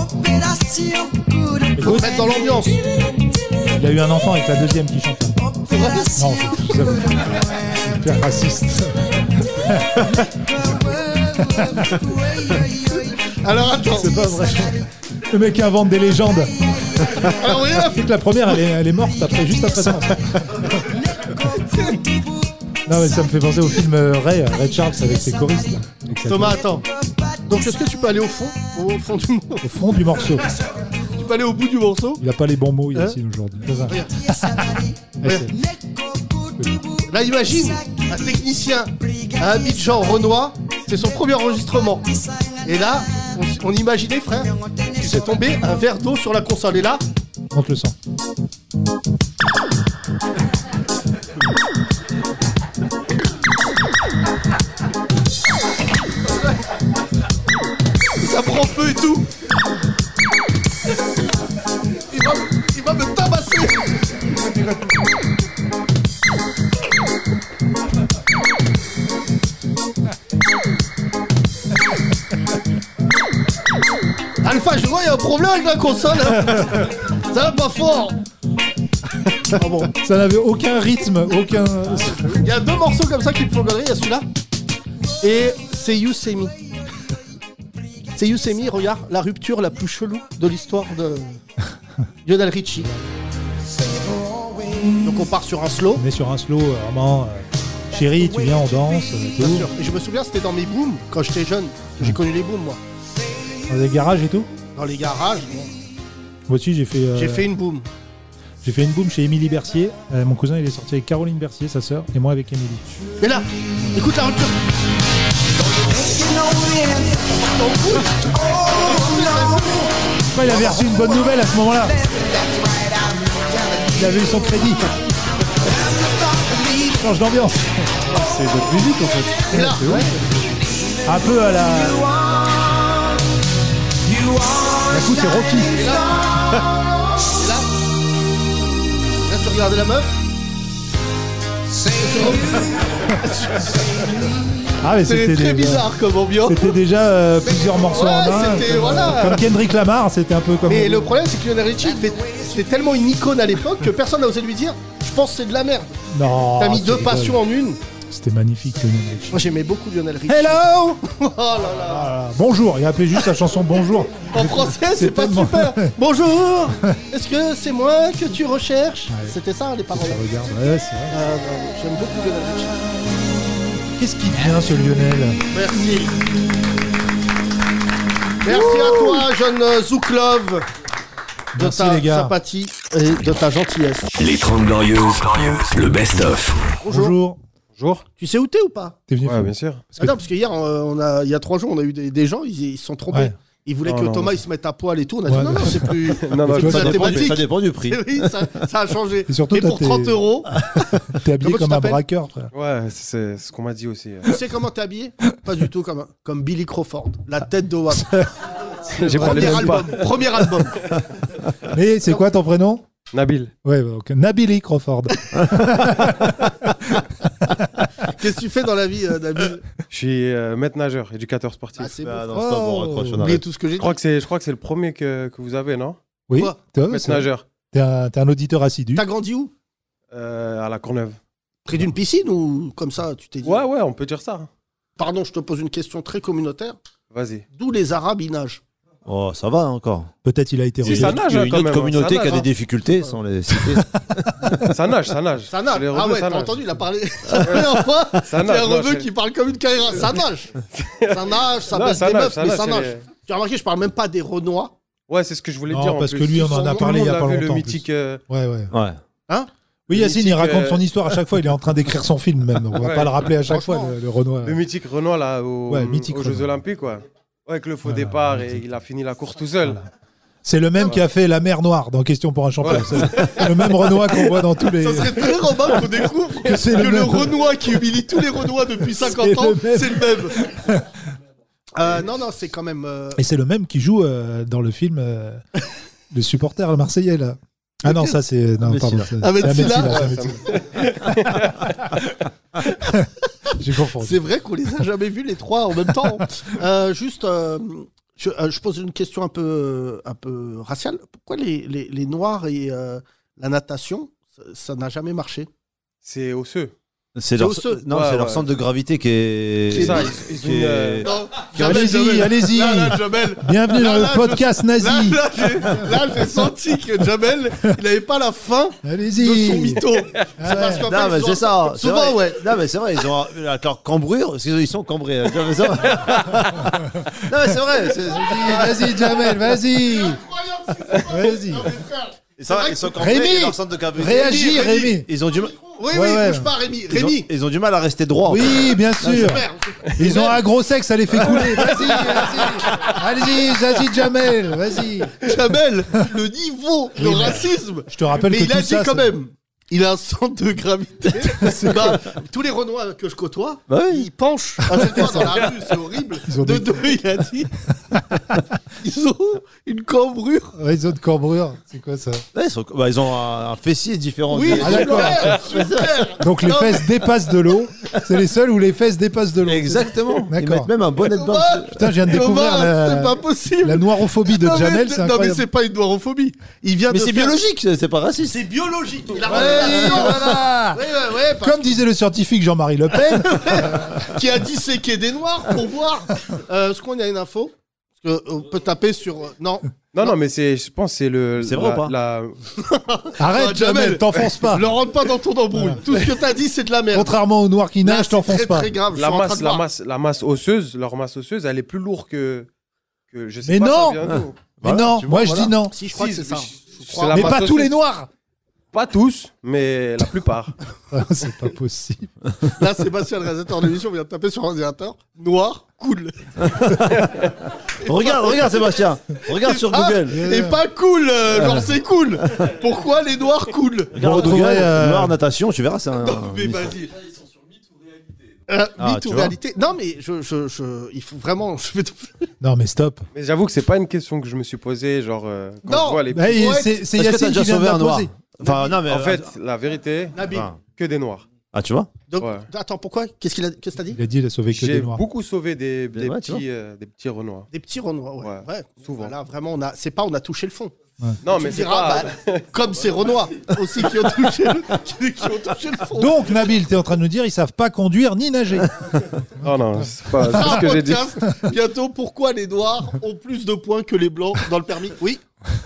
Opération coup de Il faut te mettre dans l'ambiance. Il a eu un enfant avec la deuxième qui chante. là. C'est vrai Non, c'est tout ça. Super raciste. Alors attends. C'est pas vrai. Le mec invente des légendes. Alors voyez là, C'est que la première, elle est, elle est morte après, juste après ça. Non, mais ça me fait penser au film euh, Ray, euh, Ray Charles avec ses choristes. là. Thomas, attends. Donc est-ce que tu peux aller au fond Au fond du morceau Au fond du morceau. Tu peux aller au bout du morceau Il a pas les bons mots, Hein Yacine, aujourd'hui. C'est ça. Regarde. Ouais, c'est- Là, imagine un technicien à Abidjan Renoir, c'est son premier enregistrement. Et là, on, on imaginait, frère, qu'il s'est tombé un verre d'eau sur la console. Et là, On te le sent. ça prend feu et tout. Il va, il va me tabasser. Alpha, je vois, il y a un problème avec la console. [LAUGHS] hein. Ça va pas fort. Ah bon. Ça n'avait aucun rythme, aucun. Il y a deux morceaux comme ça qui me font gueuler. Il y a celui-là. Et c'est Yousemi. C'est Yousemi, regarde, la rupture la plus chelou de l'histoire de Lionel Richie. Donc on part sur un slow. On est sur un slow, euh, vraiment. euh, Chérie, tu viens, on danse. euh, Bien tout. sûr. Et je me souviens, c'était dans mes booms quand j'étais jeune. J'ai connu les booms, moi. Dans les garages et tout. Dans les garages, Moi aussi, j'ai fait. euh, j'ai fait une boom. J'ai fait une boom chez Émilie Bercier. Euh, mon cousin, il est sorti avec Caroline Bercier, sa sœur, et moi avec Émilie. Et là, écoute la rupture. Dans le Pourquoi il avait reçu une bonne nouvelle à ce moment-là Il avait eu son crédit. Change d'ambiance. C'est votre musique en fait. Et là, C'est vrai. Un peu à la. D'un coup, c'est Rocky. Et là, et là, là, tu regardais la meuf. Ah, mais C'était c'était très déjà- bizarre comme ambiance. C'était déjà euh, plusieurs morceaux Ouais, en un. c'était- Comme- voilà. Comme Kendrick Lamar, c'était un peu [LAUGHS] comme. Mais le problème, c'est que Lionel Richie, il fait- c'était tellement une icône à l'époque que personne n'a osé lui dire Je pense que c'est de la merde. Non. T'as mis tu deux rigoles. passions en une. C'était magnifique, Lionel Richie. Moi, j'aimais beaucoup Lionel Richie. Hello Oh là là Ah, bonjour, il a appelé juste la chanson Bonjour. En français, c'est pas tellement- [LAUGHS] super. Bonjour Est-ce que c'est moi que tu recherches C'était ça, hein, les paroles. Regarde, ouais, c'est vrai. Euh, non, J'aime beaucoup Lionel Richie. Qu'est-ce qui vient, ce Lionel Merci. Merci à toi, jeune euh, Zouklov, de Merci, ta les gars. sympathie et de ta gentillesse. Les 30 Glorieuses, le best-of. Bonjour. Bonjour. Tu sais où t'es ou pas T'es venu Ouais, bien sûr. Attends, parce que hier, euh, on a, il y a trois jours, on a eu des, des gens, ils, ils se sont trompés. Ouais. Ils voulaient Non, que non, Thomas non. il se mette à poil et tout. On Ouais, a dit non, non. non, c'est plus. [LAUGHS] Non, non, c'est ça plus la dépend du- thématique. ça dépend du prix. [LAUGHS] oui, ça, ça a changé. Et surtout, Et pour t'as tes- 30 euros. T'es Comment habillé tu comme un t'appelles braqueur, frère. Ouais, c'est- c'est ce qu'on m'a dit aussi. euh. Tu sais comment t'es habillé Pas du tout comme, comme Billy Crawford, la tête de Wap. J'ai parlé premier, même pas. album, premier album. [LAUGHS] Mais c'est quoi ton prénom Nabil. Ouais, bah, ok. Nabili Crawford. [LAUGHS] [LAUGHS] Qu'est-ce que tu fais dans la vie, euh, Nabil Je suis euh, maître nageur, éducateur sportif. Ah, c'est beau. non, c'est pas bon, raccroche, on Oubliez arrête. tout ce que j'ai Je dit. crois que c'est, je crois que c'est le premier que, que vous avez, non Oui. Quoi T'es hein. Maître nageur t'es un, t'es un auditeur assidu. T'as grandi où euh, à la Courneuve. Près d'une piscine ou comme ça, tu t'es dit Ouais, ouais, on peut dire ça. Pardon, je te pose une question très communautaire. Vas-y. D'où les Arabes ils nagent Oh, ça va encore. Peut-être il a été Il y a ça une autre- nage, il y a hein, une quand autre même, communauté ça qui a nage, des hein. difficultés sans [LAUGHS] les citer. Ça nage, ça nage. Ça nage Les rebeux, Ah ouais, ça t'as nage. entendu, il [LAUGHS] a parlé. La première fois, Ça il y nage, a un non, rebeu c'est- qui parle comme une carrière. Ça nage Ça nage, ça Non, baisse ça des nage, meufs, ça mais nage, ça c'est nage. Tu as remarqué, je parle même pas des Renois. Ouais, c'est ce que je voulais Non, dire. en parce plus. que lui, on en a Tout parlé le il y a monde pas vu, longtemps, en Le plus. mythique. euh, Ouais, ouais. Ouais. Hein Oui, Le Yacine, il mythique, raconte euh, son histoire à chaque fois. Il est en train d'écrire son film, même. On va Ouais. pas le rappeler à chaque fois, Franchement. le, le Renoir. Le mythique Renoir, là, au- Ouais, aux, mythique Jeux Renoir. Olympiques, quoi. Ouais, avec le faux départ et il a fini la course tout seul. C'est le même qui a fait La mer noire dans Question pour un champion. C'est Le même Renoir qu'on voit dans tous les. Ça serait très Robin qu'on découvre que, c'est le le même. Renoir qui humilie tous les Renois depuis 50 ans, le même. c'est le même. [LAUGHS] Euh, non, non, c'est quand même. euh, Et c'est le même qui joue euh, dans le film [LAUGHS] euh, Le supporter marseillais, là. Ah non, ça c'est. Non, Ahmed pardon. Silla. c'est- Ahmed c'est Ahmed Silla. Silla, c'est Ouais, Ahmed ça Silla. me- [LAUGHS] J'ai confondu. C'est vrai qu'on les a jamais vus les trois en même [LAUGHS] temps. Euh, juste, euh, je, euh, je pose une question un peu, un peu raciale. Pourquoi les, les- les noirs et euh, la natation, ça- ça n'a jamais marché C'est osseux. C'est leur, osseux. non, Ouais, c'est leur ouais. centre de gravité qui est. C'est ça, ils- ils ont qui une, est- Non, Jamel, Allez-y, Jamel. allez-y. Là, là, Bienvenue dans le podcast nazi. Là, j'ai- là, j'ai senti que Jamel, il n'avait pas la fin de son [LAUGHS] Allez-y. Ah mytho. C'est parce qu'en Non, fait, mais souvent- c'est ça. c'est Souvent, vrai. ouais. Non, mais c'est vrai, ils ont. Avec leur cambrure, parce qu'ils sont cambrés. hein, comme ça. non, mais c'est vrai. c'est- Vas-y, [LAUGHS] Jamel, vas-y. Vas-y. Ils sont, ils sont cambrés. Rémi et leur centre de gravité. Réagis, Rémi. Ils ont du mal. Oui, Ouais, oui, ouais. bouge pas, Rémi. Ils ont, Rémi. ils ont du mal à rester droit. Oui, bien sûr. Merde. Ils ont un gros sexe, ça les fait [LAUGHS] couler. Vas-y, vas-y. Allez-y, vas-y, Jamel, vas-y. Jamel, le niveau de racisme. Je te rappelle mais que il a tout dit ça, quand c'est- même. Il a un centre de [LAUGHS] gravité. Bah, tous les Renois que je côtoie, Bah oui. ils penchent à chaque fois dans la rue, c'est horrible. Ils ont de des- deux, il a [LAUGHS] dit. Ils ont une cambrure. Réseau de cambrure, c'est quoi ça Ouais, ils, sont- bah, ils ont un, un fessier différent. Oui, du- Ah, d'accord. super, super. Donc les Non, mais- fesses dépassent de l'eau. C'est les seuls où les fesses dépassent de l'eau. Exactement. Ils D'accord. mettent même un bonnet de bain. Thomas, Putain, je viens de découvrir Thomas, la- c'est pas possible. La noirophobie de non, mais- Jamel, c'est non, mais incroyable. c'est pas une noirophobie. Il vient Mais de c'est faire- biologique, c'est pas raciste. C'est biologique. Il a Oui, rendu la science. voilà. [LAUGHS] Ouais, ouais, ouais, Eh, parce Comme disait le scientifique Jean-Marie Le Pen, qui a disséqué des noirs pour voir. Euh, Est-ce qu'on a une info Parce qu'on peut taper sur. euh, Non. Non, non, mais c'est, je pense que c'est le. C'est vrai la- ou pas la- [LAUGHS] arrête Ah, Jamel. Jamel, [LAUGHS] t'enfonces pas. [LAUGHS] Ne rentre pas dans ton embrouille. Tout ce que t'as dit, c'est de la merde. Contrairement aux noirs qui Là, nagent, c'est t'enfonces très, pas. très grave. je la suis en train masse, de la voir. masse, la masse osseuse, leur masse osseuse, elle est plus lourde que, que je sais Mais pas. Ah, ça non vient d'où. Bah, Mais Voilà, non, tu vois, moi je voilà. dis non. Si, je crois Si, que c'est ça. je- Je crois. c'est la Mais masse pas tous osseuse. les noirs. Pas tous, mais la plupart. [LAUGHS] Ah, C'est pas possible. Là, Sébastien, le réalisateur de l'émission, vient de taper sur un ordinateur noir cool. Regarde, regarde, Sébastien. Regarde Et sur pas- Google. Ah, Et pas cool, euh, genre Ouais. c'est cool. Pourquoi les noirs cool Regarde Google, euh, euh, euh, Noir Natation, tu verras, c'est un. Oh, Ah, Mais bah, vas-y. Euh, Ah, mythe tu ou vois. réalité Non, mais je, je, je- il faut vraiment. Je vais Non, mais stop. Mais j'avoue que c'est pas une question que je me suis posée, genre. euh, quand Non. je vois les Bah, il- poètes- c'est- c'est Est-ce que Yacine t'as déjà qui vient de sauvé la un noir poser. Enfin, non, mais- euh, En fait, la vérité, Nabil. enfin, que des noirs. Ah, tu vois Donc, Ouais. attends, pourquoi Qu'est-ce qu'il a, qu'est-ce que t'as dit Il a dit, il a sauvé que J'ai des noirs. beaucoup sauvé des, des ouais, tu petits, euh, des petits renois. Des petits Renoirs, ouais. ouais. Là, vraiment, on a, c'est pas, on a touché le fond. Non, Tu mais c'est diras, pas. bah, comme ces Renois aussi qui ont touché le, qui ont touché le fond. Donc, Nabil, t'es en train de nous dire, ils savent pas conduire ni nager. Non, non, c'est On pas [LAUGHS] c'est fera pas un ce que j'ai dit. podcast bientôt, pourquoi les Noirs ont plus de points que les Blancs dans le permis Oui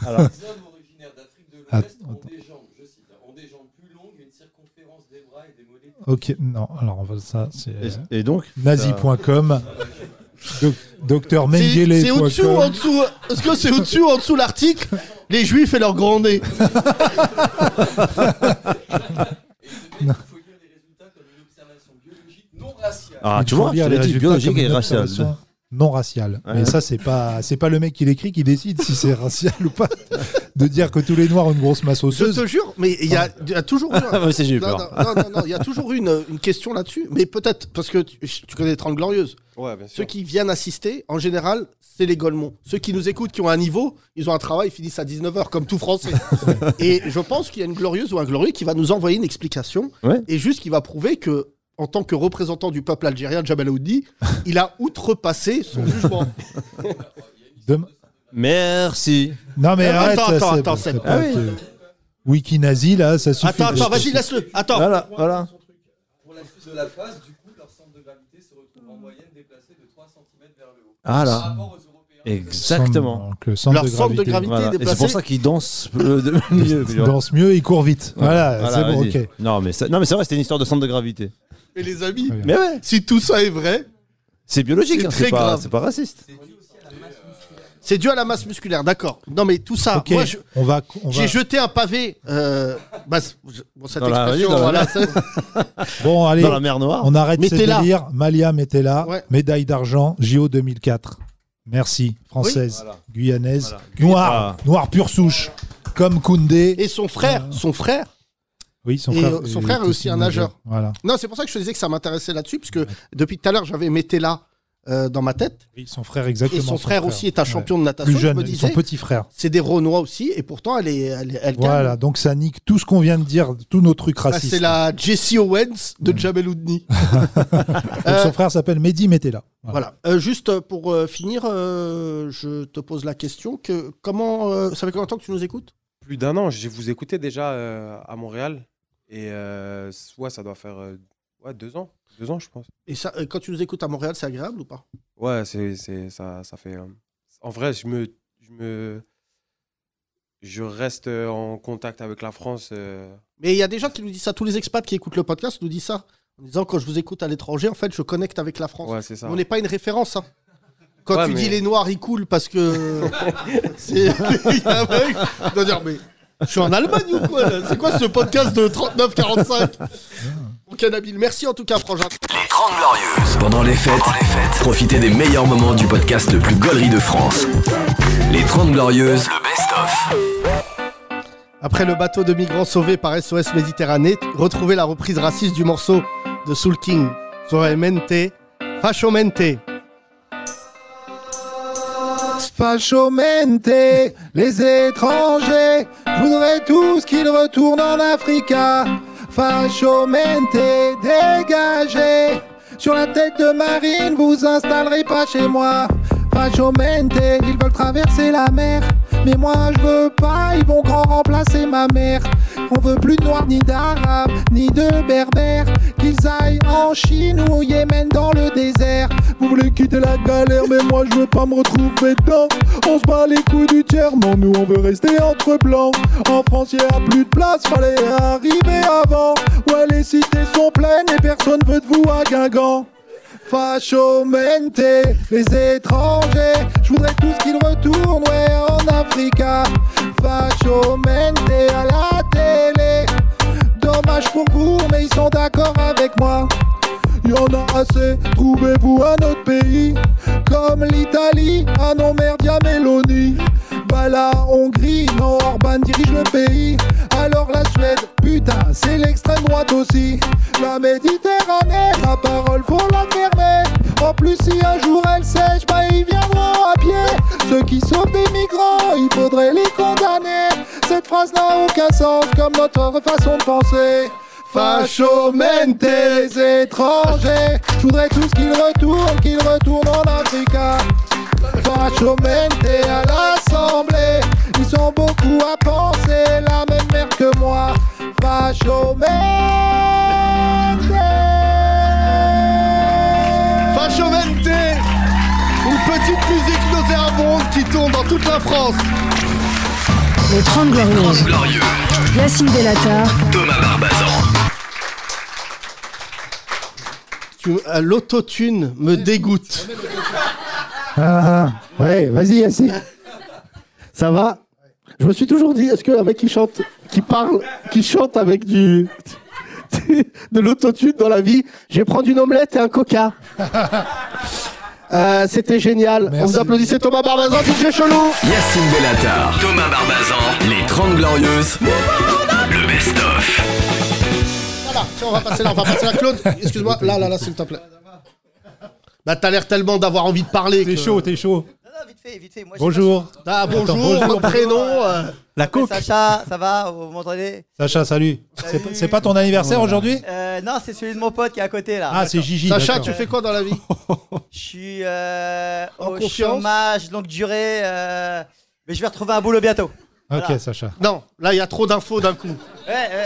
Alors. Ok, non, alors on va ça, [LAUGHS] c'est. Et- et donc Nazi.com, doc- docteur C'est Mengele. c'est au-dessus ou en dessous hein Est-ce que c'est au-dessus ou en dessous l'article Les Juifs et leur grand nez. Ah, Il tu faut vois, je lire te les l'ai dit, résultats biologique comme et une raciale. observation Non raciale. Ouais. Mais ça, c'est pas, c'est pas le mec qui l'écrit qui décide si c'est racial ou pas. De dire que tous les noirs ont une grosse masse [LAUGHS] Je osseuse. te jure, mais il y a, il y a toujours. eu un- Ah, moi aussi, j'ai eu Non, peur. Non, non, non, non, il y a toujours eu une, une question là-dessus. Mais peut-être, parce que tu, tu connais les 30 Glorieuses. Ouais, bien sûr. Ceux qui viennent assister, en général, c'est les Golemons. Ceux qui nous écoutent, qui ont un niveau, ils ont un travail, ils finissent à 19h, comme [LAUGHS] tout Français. et je pense qu'il y a une Glorieuse ou un Glorieux qui va nous envoyer une explication. Ouais. Et juste qui va prouver que. En tant que représentant du peuple algérien, [LAUGHS] Jabal Aoudi, il a outrepassé son jugement. Merci. Non, mais Attends, arrête. Euh, attends, ça, attends, c'est- attends, c'est Seb. pas Ah oui. que- Wiki nazi, là, ça suffit. Attends, attends, vas-y, laisse-le. Attends. Voilà, voilà. Pour la suite de la phase, du coup, leur centre de gravité se retrouve en moyenne déplacé de 3 cm vers le haut. Ah Par là. rapport aux Européens. Exactement. Centre- le centre Leur de centre de gravité. gravité est Voilà. Et C'est déplacé. pour ça qu'ils dansent euh, [LAUGHS] de- mieux. tu Il vois. danse mieux, il court vite. Voilà, c'est bon, vas-y. ok. Non, mais, ça- non, mais c'est vrai, c'était une histoire de centre de gravité. Mais les amis, Mais ouais. si tout ça est vrai, c'est biologique, c'est hein, très c'est pas, grave. c'est pas raciste. c'est dû à la masse musculaire, d'accord. Non, mais tout ça, Ok, moi, je- on va. on j'ai va- jeté un pavé. euh, bah, c'est- je- bon, cette Dans la- expression, dans la- voilà, ça- [LAUGHS] Bon, allez. Dans la mer Noire. On arrête ce Mettez-la. délire. Malia, mettez-la. Ouais. Médaille d'argent, JO 2004. Merci. Française, Voilà. guyanaise, Voilà. noire, noire pure souche, comme Koundé. Et son frère, son frère. Oui, son et, frère, euh, son frère est aussi un nageur. Voilà. Non, c'est pour ça que je te disais que ça m'intéressait là-dessus, parce que depuis tout à l'ère, j'avais Métella euh, dans ma tête. Oui, son frère, exactement. Et son, frère, aussi est un Ouais. champion de natation. Plus je me jeune, disais, son petit frère. c'est des Renois aussi, et pourtant, elle est, elle, est- elle gagne. Voilà, donc ça nique tout ce qu'on vient de dire, tous nos trucs Ah, racistes. c'est la Jessie Owens de Jamel Oudni. [LAUGHS] Donc son frère s'appelle Mehdi Mettela. Euh, Voilà. Euh, juste euh, pour euh, finir, euh, je te pose la question que comment euh, ça fait combien de temps que tu nous écoutes Plus d'un an, je vous écoutais déjà euh, à Montréal. Et euh, ouais, ça doit faire euh, ouais, deux ans. Deux ans, je pense. Et ça, euh, quand tu nous écoutes à Montréal, c'est agréable ou pas Ouais, Ah, c'est, c'est, ça, ça fait. euh, En vrai, je me, je me. Je reste euh, en contact avec la France. euh, Mais il y a des gens qui nous disent ça, tous les expats qui écoutent le podcast nous disent ça en disant quand je vous écoute à l'étranger, en fait, je connecte avec la France. Ouais, c'est ça. Mais On n'est pas une référence. hein. Quand Ouais, tu mais- dis les noirs, ils coulent parce [LAUGHS] que c'est il y a un mec qui doit dire mais je suis en Allemagne ou quoi là C'est quoi ce podcast de 39-45 Mon canabile, merci en tout cas, Frangin. Pendant les fêtes, profitez des meilleurs moments du podcast le plus gaulerie de France. Les 30 Glorieuses, le best-of. Après le bateau de migrants sauvés par SOS Méditerranée, retrouvez la reprise raciste du morceau de Soul King, Soemente, Fasciomente. Fachomente, les étrangers, je voudrais tous qu'ils retournent en Africa. Fachomente, dégagez. Sur la tête de Marine, vous installerez pas chez moi. Fachomente, ils veulent traverser la mer. Mais moi je veux pas, ils vont grand remplacer ma mère. On veut plus de noirs, ni d'arabes, ni de berbères. Qu'ils aillent en Chine ou au Yémen dans le désert. Vous voulez quitter la galère, mais moi je veux pas me retrouver dedans. On se bat les coups du tiers, mais nous on veut rester entre blancs. En France y a plus de place, fallait arriver avant. Ouais, les cités sont pleines et personne veut de vous à Guingamp. Fachomente, les étrangers, je voudrais tous qu'ils retournent ouais, en Africa. Fachomente à la télé, dommage pour vous, mais ils sont d'accord avec moi. Yo y en a assez, trouvez-vous un autre pays Comme l'Italie, Ah un nom merdia Mélanie Bah la Hongrie, non Orban dirige le pays Alors la Suède, putain c'est l'extrême droite aussi La Méditerranée, la parole faut la fermer En plus si un jour elle sèche, bah ils viendront à pied Ceux qui sauvent des migrants, il faudrait les condamner Cette phrase n'a aucun sens comme notre façon de penser Facho tes étrangers Je voudrais tous qu'ils retournent, qu'ils retournent en Africa Facho tes à l'Assemblée Ils sont beaucoup à penser la même merde que moi Facho [LAUGHS] Facho Une petite musique nauséabonde qui tourne dans toute la France Les 30 Glorieuses. Yacine Bellatar. Thomas Barbazan. Tu- ah, L'autotune me dégoûte. Ah, ouais, vas-y, Yacine. Ça va Je me suis toujours dit, est-ce qu'un mec qui chante, qui parle, qui chante avec du. [LAUGHS] de l'autotune dans la vie, je vais prendre une omelette et un coca. Euh, C'était génial. On vous applaudissait Thomas Barbazan, DJ Chelou. Yacine Bellatar, Thomas Barbazan, les 30 Glorieuses, le best-of. Voilà, tiens, on va passer là, on va passer là. Claude, excuse-moi, là, là, là, s'il te plaît. Bah, t'as l'air tellement d'avoir envie de parler. T'es chaud, t'es chaud. Bonjour. Ah, bonjour, Attends, bonjour. votre prénom. euh, La coke. Sacha, ça va Vous m'entendez Sacha, salut. C'est pas- C'est pas ton anniversaire aujourd'hui Euh, Non, c'est celui de mon pote qui est à côté là. Ah, c'est Gigi, Sacha, d'accord. tu fais quoi dans la vie [LAUGHS] Je suis euh, En au confiance chômage longue durée, euh, mais je vais retrouver un boulot bientôt. Voilà. Voilà. Non, là, il y a trop d'infos [LAUGHS] d'un coup.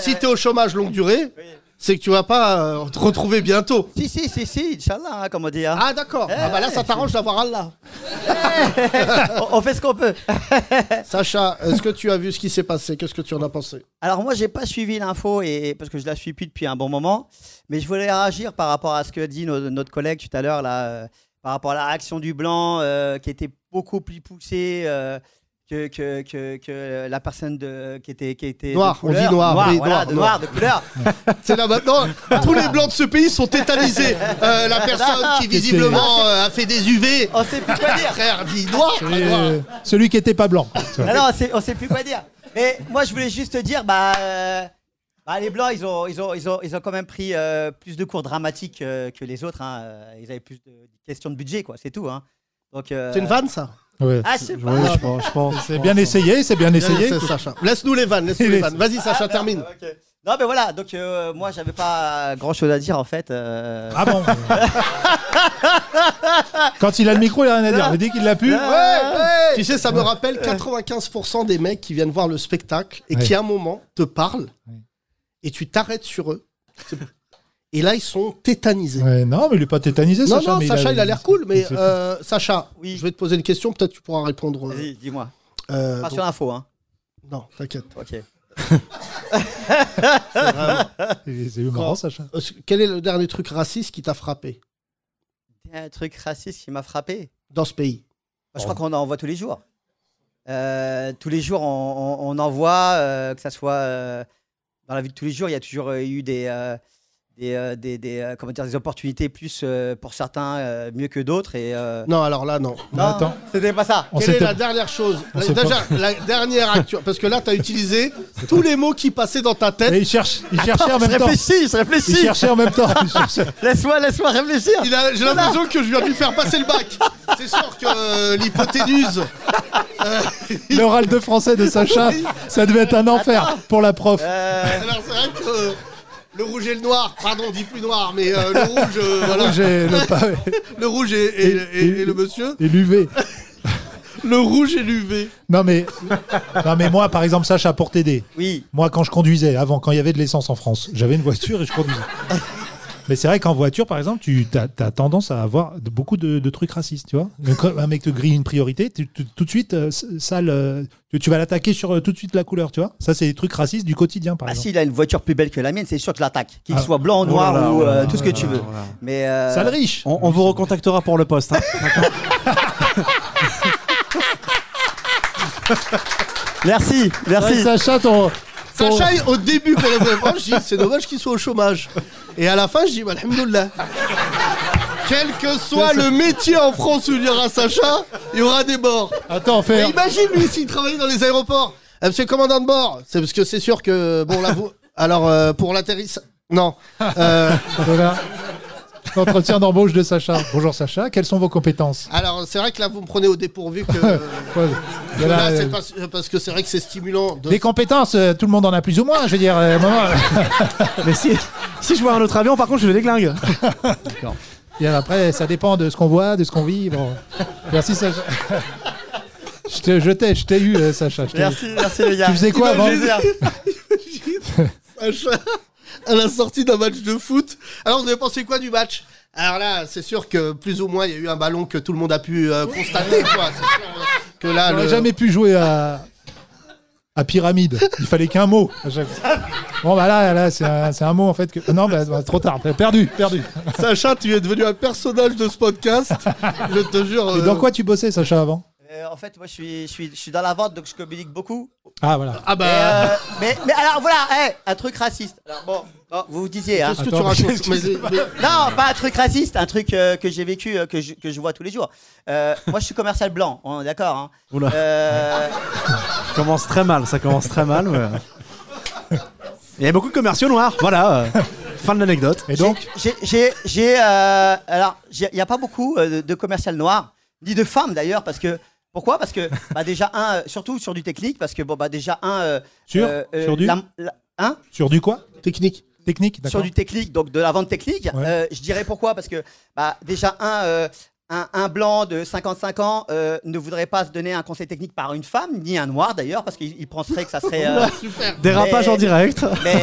si t'es au chômage longue durée, c'est que tu vas pas euh, te retrouver bientôt. Si, si, si, si, Inch'Allah, hein, comme on dit. Ah, d'accord. ah, bah là, ça t'arrange d'avoir Allah. [LAUGHS] on, on fait ce qu'on peut. [LAUGHS] Sacha, est-ce que tu as vu ce qui s'est passé Qu'est-ce que tu en as pensé Alors moi, j'ai pas suivi l'info et parce que je la suis plus depuis un bon moment, mais je voulais réagir par rapport à ce que dit no- notre collègue tout à l'heure là, euh, par rapport à la réaction du blanc euh, qui était beaucoup plus poussée euh, que, que, que, que la personne de, qui était qui était de Noir, on couleur. dit noir, oui, voilà, noir, de noir. noir, de couleur. [LAUGHS] C'est là maintenant, tous les blancs de ce pays sont tétanisés. Euh, [LAUGHS] la personne qui visiblement euh, a fait des UV. On sait plus quoi dire. Frère, dis noir. Celui, euh, celui qui était pas blanc. Ah non, on sait, on sait plus quoi dire. Mais moi, je voulais juste te dire, bah, euh, bah, les Blancs, ils ont, ils, ont, ils, ont, ils ont quand même pris euh, plus de cours dramatiques euh, que les autres. hein. Euh, Ils avaient plus de questions de budget, quoi. C'est tout. Hein. Donc, euh, C'est une vanne, ça Ouais. Ah, je sais pas. Ouais, je pense, je pense. C'est bien essayé, c'est bien essayé. laissé, Euh, Sacha. Laisse-nous les vannes, laisse-nous les vannes. Vas-y, Ah, Sacha, merde, termine. ok. Non, mais voilà. Donc, euh, moi, j'avais pas grand chose à dire, en fait. euh. [LAUGHS] Ah bon Quand il a le micro, il a rien à dire. Mais dès qu'il l'a pu. Ouais, ouais. Tu sais, ça me rappelle 95% des mecs qui viennent voir le spectacle et Ouais. qui, à un moment, te parlent et tu t'arrêtes sur eux. C'est- Et là, ils sont tétanisés. Ouais, non, mais il est pas tétanisé, non, Sacha. non, mais Sacha, il a l'air cool, mais euh, Sacha, Oui. je vais te poser une question, peut-être tu pourras répondre. euh, Vas-y, dis-moi. euh, Pas donc- sur l'info, hein. Non, t'inquiète. Ok. [LAUGHS] C'est vraiment- C'est c'est marrant, Quand- Sacha. Euh, Quel est le dernier truc raciste qui t'a frappé Un truc raciste qui m'a frappé. dans ce pays Moi, je crois qu'on en voit tous les jours. Euh, tous les jours, on, on- on en voit, euh, que ça soit euh, dans la vie de tous les jours, il y a toujours euh, eu des, euh, des, euh, des, des, euh, comment dire, des opportunités plus euh, pour certains euh, mieux que d'autres. Et, euh, Non, alors là, non. non, c'était pas ça. Ah, Quelle est la dernière chose On la, s'était- déjà, la dernière actu- Parce que là, t'as utilisé tous les mots qui passaient dans ta tête. Mais il cherche, il cherchait en même je temps. réfléchis, je réfléchis. Il cherchait en même [LAUGHS] temps. Il cherchait. Laisse-moi, laisse-moi réfléchir. Il a- J'ai l'impression que je viens de lui faire passer le bac. C'est sûr que euh, l'hypoténuse. euh, L'oral de français de Sacha, ça devait être un enfer pour la prof. Euh, Alors, c'est vrai que euh, le rouge et le noir, pardon, on dit plus noir, mais euh, le rouge, euh, voilà. rouge et le pas- [LAUGHS] [LAUGHS] Le rouge et, et- et- et le monsieur. Et l'UV. Le rouge et l'UV. Non mais, non mais moi par exemple Sacha pour t'aider. Oui. Moi quand je conduisais avant quand il y avait de l'essence en France, j'avais une voiture et je conduisais. Mais c'est vrai qu'en voiture, par exemple, tu as, tendance à avoir de- beaucoup de, de trucs racistes, tu vois. Donc, quand un mec te grille une priorité, tu- tu- tout de suite, euh, s- sale, euh, tu, tu vas l'attaquer sur euh, tout de suite la couleur, tu vois. Ça, c'est des trucs racistes du quotidien, par Ah, exemple. s'il a une voiture plus belle que la mienne, c'est sûr que je l'attaque. Qu'il Ah. soit blanc, Oh là noir là, ou oh là euh, là, tout ce que oh tu là veux. là, oh là là. Mais euh, Sale riche. On, on vous recontactera pour le poste. [LAUGHS] hein. Merci, Ouais, merci. Sacha, ton, Sacha, au début, quand on a fait la France, je dis, c'est dommage qu'il soit au chômage. Et à la fin, je dis, bah, alhamdoulilah. Quel que soit le métier en France où il y aura Sacha, il y aura des morts. Attends, fais- Mais imagine, lui, s'il travaillait dans les aéroports. Euh, monsieur le commandant de bord, c'est parce que c'est sûr que, bon, là, vous... Alors, euh, pour l'atterrissage... Non. Euh, Voilà. L'entretien d'embauche de Sacha. Bonjour Sacha, quelles sont vos compétences Alors, c'est vrai que là, vous me prenez au dépourvu [LAUGHS] que. que Voilà, Euh, là, euh, c'est parce, parce que c'est vrai que c'est stimulant. De... Des compétences, euh, tout le monde en a plus ou moins, je veux dire. euh, à un moment, [LAUGHS] Mais si, si je vois un autre avion, par contre, je le déglingue. Bien, après, ça dépend de ce qu'on voit, de ce qu'on vit. Bon. Merci Sacha. Je t'ai- je t'ai, je t'ai eu, euh, Sacha. je t'ai eu. Merci, merci, les gars. Tu faisais quoi avant Imagine- Sacha, à la sortie d'un match de foot. Alors, vous avez pensé quoi du match Alors là, c'est sûr que plus ou moins, il y a eu un ballon que tout le monde a pu euh, constater, quoi. C'est sûr, euh, que là, J'aurais le... jamais pu jouer à, à pyramide. Il fallait qu'un mot. à chaque fois. Bon, bah là, là c'est, un, c'est un mot en fait que. Non, bah, bah, trop tard. Perdu, perdu. Sacha, tu es devenu un personnage de ce podcast. je te jure. Et euh, dans quoi tu bossais, Sacha, avant Euh, en fait, moi, je suis, je, suis, je suis dans la vente, donc je communique beaucoup. euh, Ah, voilà. Ah bah. mais, mais alors, voilà, hé, un truc raciste. Alors, bon, bon, vous vous disiez. hein. Qu'est-ce que tu Attends, racontes mais- mais- [LAUGHS] Non, pas un truc raciste, un truc euh, que j'ai vécu, euh, que, je, que je vois tous les jours. Euh, moi, je suis commercial blanc, on est d'accord. Hein. Oula. Euh, Ça commence très mal, ça commence très mal. mais- Il y a beaucoup de commerciaux noirs, voilà. euh, Fin de l'anecdote. Et donc J'ai- J'ai. j'ai, euh, alors, il n'y a pas beaucoup euh, de, de commerciales noires, ni de femmes d'ailleurs, parce que. Pourquoi Parce que, bah, déjà, un, euh, surtout sur du technique, parce que, bon, bah, déjà, un. euh, Sur euh, euh, Sur du la- la- hein Sur du quoi Technique. Technique, d'accord. sur du technique, donc de la vente technique. Euh, je dirais pourquoi Parce que bah, déjà, un, euh, un, un blanc de 55 ans euh, ne voudrait pas se donner un conseil technique par une femme, ni un noir d'ailleurs, parce qu'il il penserait que ça serait. [LAUGHS] euh, Super. Dérapage mais- en direct. Mais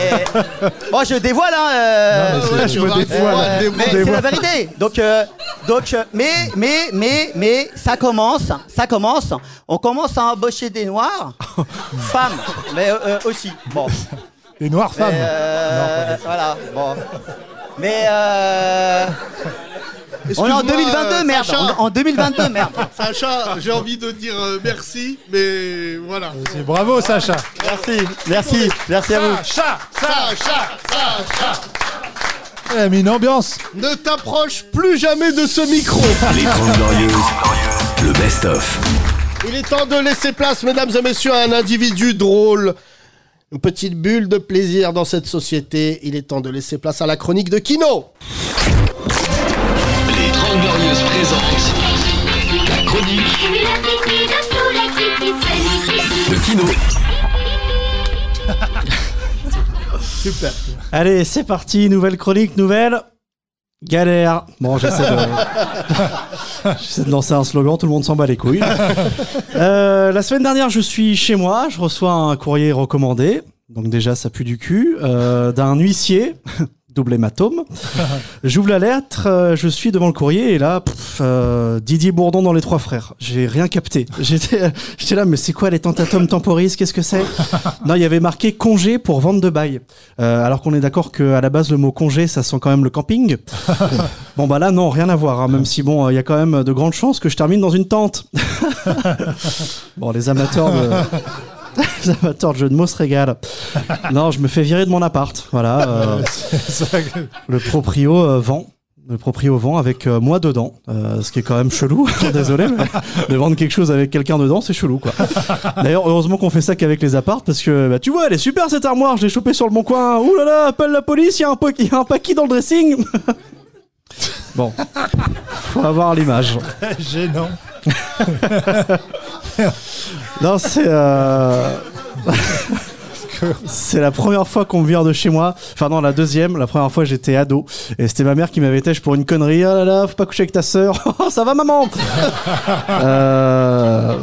bon, je dévoile, hein. euh, Non, mais c'est- Ouais, je me euh, dévoile, euh, dévoile, mais c'est la dévoile. vérité. Donc, euh, donc, euh, mais, mais, mais, mais, ça commence, ça commence. On commence à embaucher des [LAUGHS] noirs, femmes, mais euh, euh, aussi. Bon. Des noires Mais, femmes. euh, voilà, bon. Mais [LAUGHS] euh... On est Excuse-moi, en 2022, euh, merde. Sacha. On est en [LAUGHS] 2022, merde. Sacha, j'ai envie de dire euh, merci, mais voilà. C'est bravo, Sacha. Merci, merci, merci à vous. Sacha, Sacha, Sacha. Elle a mis une ambiance. Ne t'approche plus jamais de ce micro. Les 30 Glorieuses, le best-of. Il est temps de laisser place, mesdames et messieurs, à un individu drôle. Une petite bulle de plaisir dans cette société. Il est temps de laisser place à la chronique de Kino. Les 30 Glorieuses présentent la chronique de Kino. Super. Allez, c'est parti, nouvelle chronique, nouvelle galère. Bon, j'essaie de, j'essaie de [LAUGHS] lancer un slogan, tout le monde s'en bat les couilles. Euh, la semaine dernière, je suis chez moi, je reçois un courrier recommandé, donc déjà ça pue du cul, euh, d'un huissier, [LAUGHS] double hématome. J'ouvre la lettre, euh, je suis devant le courrier et là, pff, euh, Didier Bourdon dans Les Trois Frères. J'ai rien capté. J'étais [LAUGHS] j'étais là, mais c'est quoi les tentatomes temporis Qu'est-ce que c'est Non, il y avait marqué congé pour vente de bail. Euh, alors qu'on est d'accord qu'à la base, le mot congé, ça sent quand même le camping. bon, bah là, non, rien à voir. hein, même si, bon, euh, il y a quand même de grandes chances que je termine dans une tente. [LAUGHS] bon, les amateurs de. [LAUGHS] Les amateurs de jeux de mots se régalent. Non, je me fais virer de mon appart. Voilà. euh, le proprio euh, vend. Le proprio vend avec euh, moi dedans, euh, ce qui est quand même chelou. [LAUGHS] Désolé, mais de vendre quelque chose avec quelqu'un dedans, c'est chelou quoi. D'ailleurs, heureusement qu'on fait ça qu'avec les apparts parce que bah, tu vois, elle est super cette armoire. Je l'ai chopée sur le bon coin. Ouh là là, appelle la police. Il y a un pa- il y a un paquet dans le dressing. [LAUGHS] bon, faut avoir l'image. [LAUGHS] Gênant. [LAUGHS] Non, c'est. [LAUGHS] euh, C'est la première fois qu'on me vire de chez moi. Enfin, non, la deuxième. La première fois, j'étais ado. Et c'était ma mère qui m'avait têche pour une connerie. Oh là là, faut pas coucher avec ta [LAUGHS] sœur. Oh, ça va, maman Euh,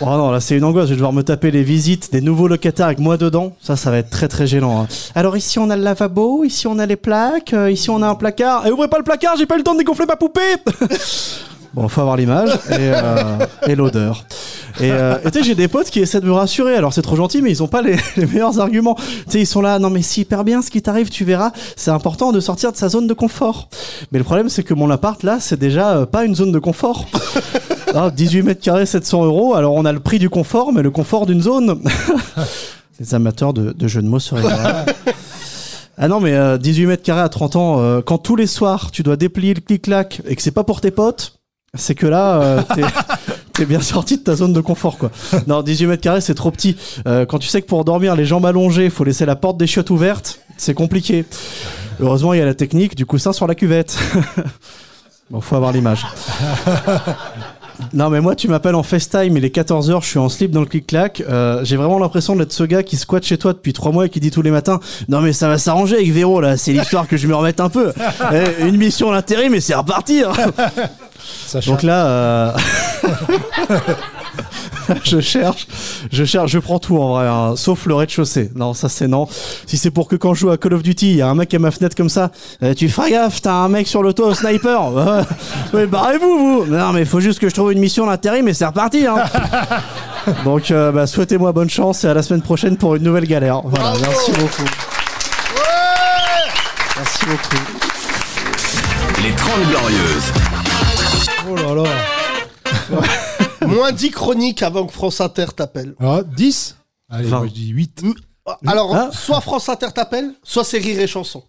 Oh non, là, c'est une angoisse. Je vais devoir me taper les visites des nouveaux locataires avec moi dedans. Ça, ça va être très, très gênant. hein. Alors, ici, on a le lavabo. Ici, on a les plaques. euh, Ici, on a un placard. Et ouvrez pas le placard, j'ai pas eu le temps de dégonfler ma poupée [LAUGHS] Bon, faut avoir l'image et, euh, et l'odeur. Et euh, et tu sais, j'ai des potes qui essaient de me rassurer. Alors c'est trop gentil, mais ils ont pas les, les meilleurs arguments. Tu sais, ils sont là, non mais si hyper bien, ce qui t'arrive, tu verras. C'est important de sortir de sa zone de confort. Mais le problème, c'est que mon appart là, c'est déjà euh, pas une zone de confort. [LAUGHS] Hein, Ah, 18 mètres carrés, 700 euros. Alors on a le prix du confort, mais le confort d'une zone. Les amateurs de, de jeux de mots seraient là. Ah non, mais euh, 18 mètres carrés à 30 ans, euh, quand tous les soirs tu dois déplier le clic-clac et que c'est pas pour tes potes, c'est que là, euh, t'es- t'es bien sorti de ta zone de confort, quoi. Non, 18 mètres carrés, c'est trop petit. Euh, quand tu sais que pour dormir, les jambes allongées, faut laisser la porte des chiottes ouverte, c'est compliqué. Heureusement, il y a la technique du coussin sur la cuvette. [LAUGHS] bon, faut avoir l'image. Non mais moi tu m'appelles en FaceTime, il est 14h, je suis en slip dans le clic-clac, Euh, j'ai vraiment l'impression d'être ce gars qui squatte chez toi depuis 3 mois et qui dit tous les matins « Non mais ça va s'arranger avec Véro là, c'est l'histoire que je me remette un peu Eh, Une mission à l'intérim mais c'est reparti hein. Donc là... euh, [LAUGHS] je cherche, je cherche, je prends tout en vrai, hein, sauf le rez-de-chaussée. Non, ça c'est non. Si c'est pour que quand je joue à Call of Duty, il y a un mec à ma fenêtre comme ça, euh, tu feras gaffe, t'as un mec sur le toit au sniper. [LAUGHS] Ouais. mais barrez-vous, vous. Non, mais faut juste que je trouve une mission d'intérim et c'est reparti. hein. Donc, euh, bah, souhaitez-moi bonne chance et à la semaine prochaine pour une nouvelle galère. Voilà, merci beaucoup. Merci beaucoup. Les 30 Glorieuses. Oh là là. Moins 10 chroniques avant que France Inter t'appelle. 10 Ah, Allez, moi je dis 8. Alors, Ah. soit France Inter t'appelle, soit c'est rire et chanson.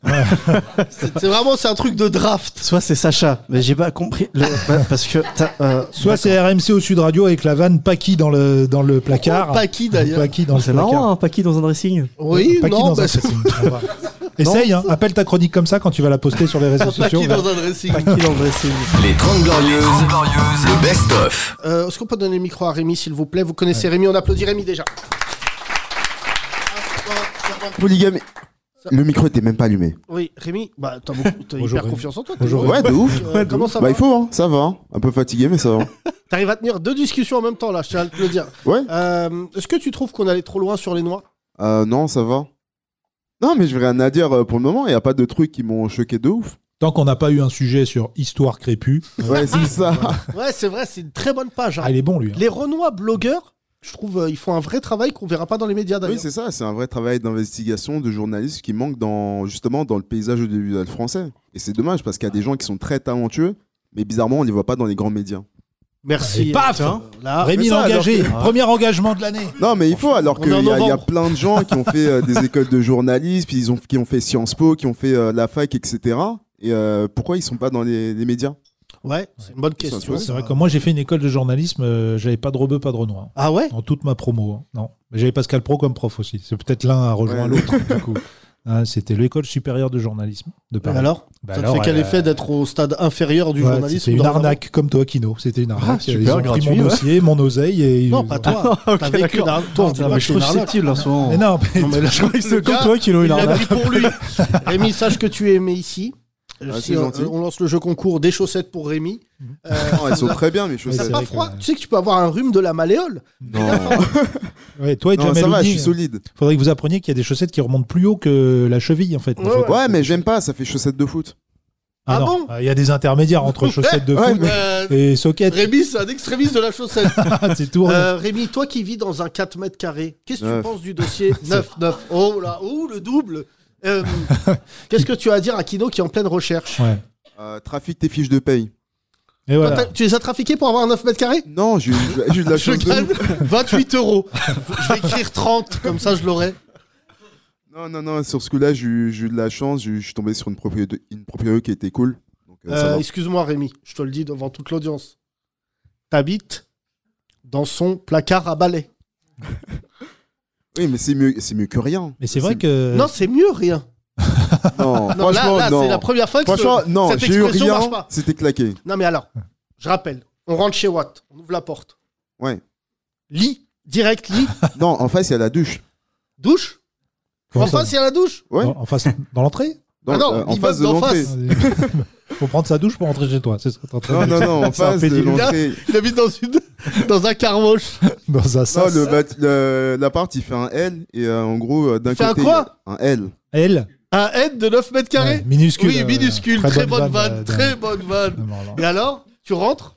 [LAUGHS] c'est c'est vraiment, c'est un truc de draft. Soit c'est Sacha, mais j'ai pas compris. le- bah, parce que. t'as, euh, Soit c'est RMC au Sud Radio avec la vanne Paki dans le, dans le placard. Oh, Paki, d'ailleurs. Paki dans le C'est placard. marrant, un paquet dans un dressing. Oui, Paki non, dans un bah, c'est- dressing. [LAUGHS] On va. Essaye, hein, appelle ta chronique comme ça quand tu vas la poster sur les réseaux sociaux. Paki dans un dressing. Les 30 Glorieuses. Le best-of. Euh, Est-ce qu'on peut donner le micro à Rémi, s'il vous plaît Vous connaissez Rémi, on applaudit Rémi déjà. Polygame. Le micro était même pas allumé. Oui, Rémi, bah, t'as beaucoup- t'as hyper confiance en toi. t'es- Ouais, de ouf. Euh, Comment ça Bah, va il faut, hein. Ça va. hein. Un peu fatigué, mais ça va. T'arrives à tenir deux discussions en même temps, là, je tiens à te le dire. Ouais. Euh, Est-ce que tu trouves qu'on allait trop loin sur les noirs [LAUGHS] Euh, non, ça va. Non, mais je vais rien à dire euh, pour le moment. Il n'y a pas de trucs qui m'ont choqué de ouf. Tant qu'on n'a pas eu un sujet sur Histoire crépue. Ouais, c'est ça. [LAUGHS] Ouais, c'est vrai, c'est une très bonne page. hein. Ah, il est bon, lui. hein. Les Renois blogueurs, je trouve, euh, ils font un vrai travail qu'on verra pas dans les médias d'ailleurs. Oui, c'est ça. C'est un vrai travail d'investigation de journalistes qui manque dans, justement dans le paysage audiovisuel français. Et c'est dommage parce qu'il y a des gens qui sont très talentueux, mais bizarrement, on les voit pas dans les grands médias. Merci. Et paf Tiens, là. Rémi Mais ça, l'engagé, alors que- premier engagement de l'année. Non, mais il faut, alors On qu'il y, est en a- il y a novembre. plein de gens qui ont fait euh, [LAUGHS] des écoles de journalisme, puis ils ont, qui ont fait Sciences Po, qui ont fait euh, la fac, etc. Et euh, pourquoi ils sont pas dans les, les médias Ouais, c'est une bonne question. C'est vrai que moi j'ai fait une école de journalisme, euh, j'avais pas de rebeu, pas de renoir. hein. Ah ouais Dans toute ma promo, hein. non. Mais j'avais Pascal Pro comme prof aussi. C'est peut-être l'un à rejoint l'autre du coup. Hein, C'était l'école supérieure de journalisme de Paris. alors Bah Ça te alors, fait quel euh, effet d'être au stade inférieur du ouais, journalisme C'était ou une dans un- Ah, arnaque comme toi, Kino. C'était une arnaque. super, ils ont pris gratuit, mon ouais. dossier, mon oseille et ils- Non, pas toi. Ah, [LAUGHS] ok, T'as vécu d'accord. une arnaque. Toi, on Non, dit mais pas je que c'est trouve une arnaque. hein. susceptible, en ce moment. Mais non, mais- je crois que c'est le comme gars, toi qui l'ont eu, il l'a l'arnaque. pris pour [LAUGHS] lui. Rémi, sache que tu es aimé ici. Euh, Ah, si, c'est euh, gentil. on lance le jeu concours des chaussettes pour Rémi. Euh, Non, elles sont très bien, mes chaussettes. T'as pas froid Tu sais que tu peux avoir un rhume de la malléole. hein. Ouais, toi et Non, Jamel ça va, Houdini, je suis solide. Faudrait que vous appreniez qu'il y a des chaussettes qui remontent plus haut que la cheville en fait. Ouais, mais j'aime pas, ça fait chaussettes de foot. Ah, Ah non, bon il y a des intermédiaires entre chaussettes de Ouais, foot mais, euh, et socket. Rémi, c'est un extrémiste de la [LAUGHS] chaussette. C'est Ah, tout. Euh, Rémi, toi qui vis dans un 4 mètres carrés, qu'est-ce que tu Neuf. penses du [LAUGHS] dossier 9, 9 Oh là, oh le double Euh, Qu'est-ce que tu as à dire à Kino qui est en pleine recherche Ouais. Euh, trafique tes fiches de paye. Et Toi, t'as- Tu les as trafiqués pour avoir un 9 mètres carrés Non, j'ai eu j'ai eu [LAUGHS] de la Je chance. [LAUGHS] de gagne ouf. 28 euros. Je vais écrire 30, comme ça je l'aurai. Non, non, non, sur ce coup-là, j'ai eu j'ai eu de la chance. j'ai eu- Je suis tombé sur une propriété, une propriété qui était cool. Donc, euh, ça Euh, va. Excuse-moi Rémi, je te le dis devant toute l'audience. T'habites dans son placard à balai. Oui, mais c'est mieux, c'est mieux que rien. Mais c'est vrai que. Non, c'est mieux rien. Non, [LAUGHS] Non, là, franchement, là, non. c'est la première fois que Franchement, ce- non, cette j'ai eu expression rien. marche pas. C'était claqué. Non mais alors, je rappelle, on rentre chez Watt, on ouvre la porte. Ouais. Lit, direct lit, [LAUGHS] Non, en face, il y a la douche. douche. Comment en ça face, il y a la douche. Ouais. En, en face, dans l'entrée Dans- Ah non, euh, en l'immeuble face de d'en l'entrée. face. Faut prendre sa douche pour entrer chez toi. C'est ce que t'es en Non, train de non, dire. non, en C'est un face de pédiluve. l'entrée. Il habite dans, une... dans un carroche. Dans un Non, sas. le bat- le- l'appart, il fait un L et euh, en gros, euh, d'un Fait côté. il un y quoi a Un L. Elle Un aide de 9 mètres carrés. Ouais, minuscule, Oui, euh, minuscule. très très, bonne bonne vanne, vanne. euh, Très bonne vanne. Et alors, tu rentres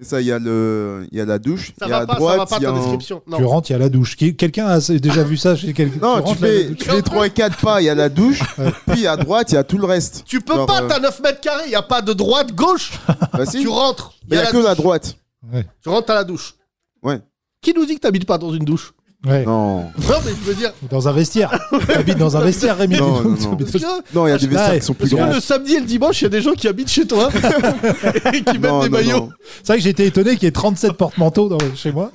Et ça, il y, a le- il y a la douche. Ça il y a va à pas, ça droite, va pas il y a ta un- description. Non. Tu rentres, il y a la douche. Qui- Quelqu'un a déjà vu ça chez quelqu'un Non, tu, rentres, là, la fais, douche. tu fais 3 4 pas, il y a la [LAUGHS] douche, puis à droite, il y a tout le reste. Tu peux pas, euh, t'as 9 mètres carrés. Il n'y a pas de droite, gauche. Bah, Tu rentres. Il y a, que douche. la droite. Tu rentres à la douche. Ouais. Qui nous dit que t'habites pas dans une douche Non. Non, mais je veux dire. Dans un vestiaire. [LAUGHS] T'habites dans un vestiaire, Rémi. Non, [LAUGHS] dis donc. non, non. T'habites- Ah, Non, il y a des vestiaires Ouais. qui sont plus Parce que le samedi et le dimanche, il y a des gens qui habitent chez [LAUGHS] toi et qui mettent des maillots. C'est vrai que j'étais étonné qu'il y ait 37 porte-manteaux dans- chez moi.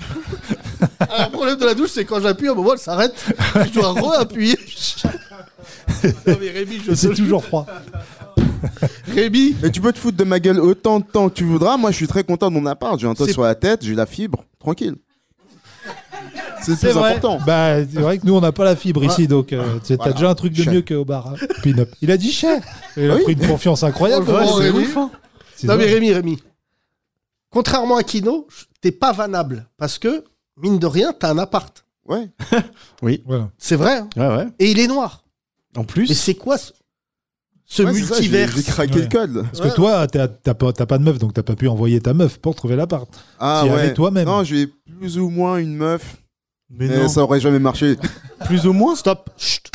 Alors, Ah, le problème de la douche, c'est quand j'appuie, à un moment, elle s'arrête. Je dois [LAUGHS] re-appuyer. [LAUGHS] non, mais Rémi, je C'est [LAUGHS] toujours froid. Rémi Mais tu peux te foutre de ma gueule autant de temps que tu voudras. Moi, je suis très content de mon appart. J'ai un toit C'est- sur la tête, j'ai la fibre. Tranquille. C'est le plus vrai. important. Bah, c'est vrai que nous, on n'a pas la fibre Ah. ici, Ouais. donc euh, c'est- t'as Voilà. déjà un truc de Chais. mieux qu'au bar. hein, Pin-up. Il a dit chais. Il a Ah Oui. pris une confiance incroyable. Franchement, Ouais, c'est Rémi. ouf, hein. C'est Non, mais vrai. Rémi, Rémi. Contrairement à Kino, je- t'es pas vanable. Parce que, mine de rien, t'as un appart. Ouais. oui. [LAUGHS] C'est vrai. hein. Ouais, ouais. Et il est noir. En plus. Mais c'est quoi ce, ce Ouais, c'est ça, j'ai- multivers J'ai craqué le code. Parce que toi, t'as t'as pas, t'as pas de meuf, donc t'as pas pu envoyer ta meuf pour trouver l'appart. Ah T'y allais ouais. toi-même. Non, j'ai plus ou moins une meuf. Eh, Mais, non. ça aurait jamais marché. Plus ou moins Stop. Chut.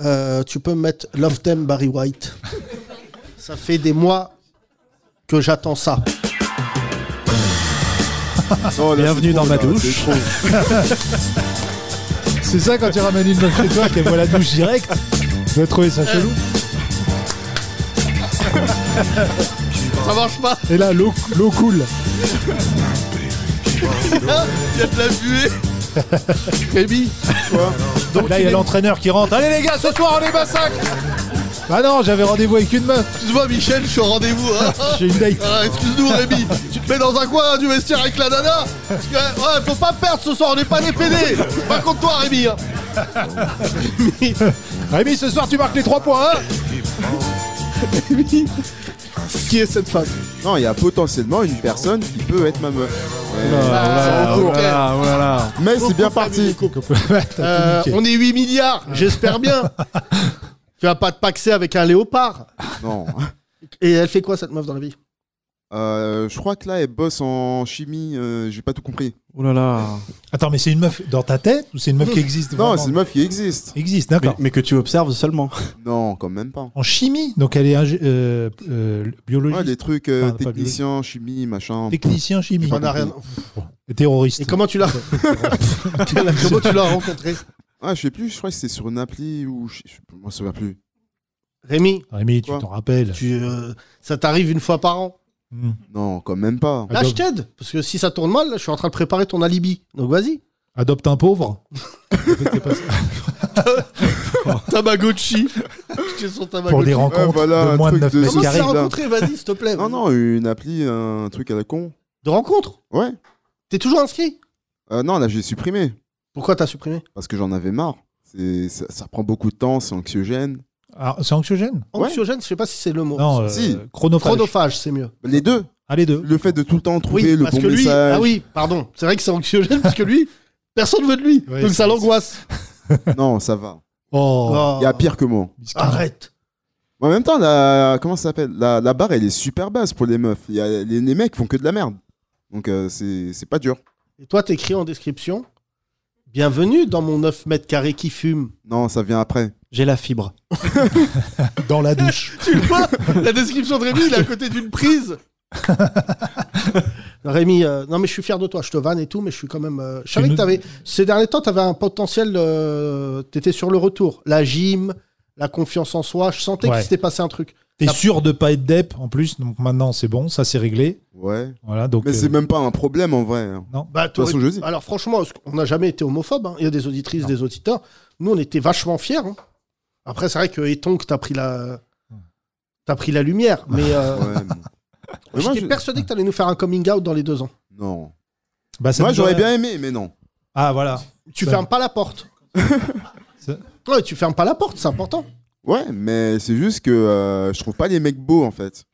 Euh, tu peux me mettre Love Them Barry White. ça fait des mois que j'attends ça. Oh, là, Bienvenue c'est dans trop, ma là, douche. c'est trop. [LAUGHS] C'est ça quand tu ramènes une meuf chez toi qu'elle voit la douche directe. Tu dois trouver ça chelou. Ça marche pas. Et là, l'eau l'eau coule. Il y a de la [LAUGHS] buée. Rémi. Donc là, il y a l'entraîneur qui rentre. Allez les gars, ce soir on les massacre Bah non, j'avais rendez-vous avec une meuf. Excuse-moi, Michel, je suis au rendez-vous. hein. [LAUGHS] J'ai une date. Ah, Excuse-nous, Rémi. Tu te mets dans un coin hein, du vestiaire avec la nana. Parce que, ouais, faut pas perdre ce soir, on n'est pas des PD. Pas contre toi, Rémi. hein. [LAUGHS] Rémi, ce soir tu marques les 3 points. hein Qui est cette femme Non, il y a potentiellement une personne qui peut être ma meuf. Eh, Oh Mais- Voilà, C'est en cours. voilà, voilà. Mais c'est bien parti. Euh, niqué. on est 8 milliards, j'espère bien. tu vas pas te paxer avec un léopard. Non. Et elle fait quoi, cette meuf, dans la vie Euh, je crois que là, elle bosse en chimie. euh, J'ai pas tout compris. Oh là là. Attends, mais c'est une meuf dans ta tête ou c'est une meuf qui existe Non, vraiment c'est une meuf qui existe. Existe, d'accord. Mais que tu observes seulement. Non, quand même pas. En chimie, donc elle est ingé- euh, euh, biologiste. Ouais, des trucs euh, Enfin, pas technicien, chimie, machin. Technicien chimie. Pas On a rien. Et Terroriste. Et comment tu [LAUGHS] l'as Comment tu l'as rencontrée Ah, je sais plus, je crois que c'est sur une appli ou. Je je- moi, ça va plus. Rémi, Rémi, tu Quoi t'en rappelles. tu, euh, ça t'arrive une fois par an. Non, quand même pas. Ah, Là, je t'aide. Parce que si ça tourne mal, là, je suis en train de préparer ton alibi. Donc vas-y. Adopte un pauvre. [LAUGHS] Tamagotchi. J'étais sur Tamagotchi. Pour des Ouais, Ah, rencontres voilà, de un moins de truc 9 de- mètres Comment tu carrés. l'as rencontrée Vas-y, s'il te [LAUGHS] plaît. Non, euh, non, une appli, un truc à la con. De rencontre Ouais. T'es toujours inscrit Euh, non, là, j'ai supprimé. Pourquoi t'as supprimé Parce que j'en avais marre. C'est- Ça, ça prend beaucoup de temps, c'est anxiogène. Ah, c'est anxiogène Ouais. Anxiogène, je sais pas si c'est le mot. Non, euh, Si. chronophage. Chronophage, c'est mieux. Les deux. Ah, les deux. Le fait de tout le temps Oui, trouver le parce bon que lui, message. ah oui, pardon, c'est vrai que c'est anxiogène parce que lui, personne veut de lui, Ouais, donc c'est- ça l'angoisse. [LAUGHS] Non, ça va. Oh, Oh, Il y a pire que moi. Arrête. Mais En même temps, la, comment ça s'appelle la, la barre, elle est super basse pour les meufs. Il y a- les, les mecs font que de la merde. Donc, euh, c'est c'est pas dur. Et toi, t'écris en description. Bienvenue dans mon 9 mètres carrés qui fume. Non, ça vient après. J'ai la [LAUGHS] fibre. dans la douche. Tu le vois La description de Rémi, il est à côté d'une prise. [LAUGHS] Rémi, euh, non mais je suis fier de toi, je te vanne et tout, mais je suis quand même. euh, je savais que t'avais. Ces derniers temps, t'avais un potentiel. euh, T'étais sur le retour. La gym, la confiance en soi. Je sentais Ouais. qu'il s'était passé un truc. T'es La- sûr de pas être dep en plus, donc maintenant c'est bon, ça c'est réglé. Ouais. Voilà, donc. Mais euh, c'est même pas un problème en vrai. hein. Bah, toute façon, t'aurais- je dis. Alors franchement, on n'a jamais été homophobe. hein. Il y a des auditrices, des auditeurs. Nous, on était vachement fiers. hein. Après, c'est vrai que Eton, que t'as pris la, t'as pris la lumière. Mais euh, Ouais, mais- Mais moi, [LAUGHS] j'étais je- persuadé que t'allais nous faire un coming out dans les deux ans. Non. bah, ça Moi, nous j'aurais aurait- bien aimé, mais non. Ah, voilà. Tu Ça- fermes pas la porte. Ça- Ouais, tu fermes pas la porte, c'est important. Ouais, mais c'est juste que euh, je trouve pas les mecs beaux en fait.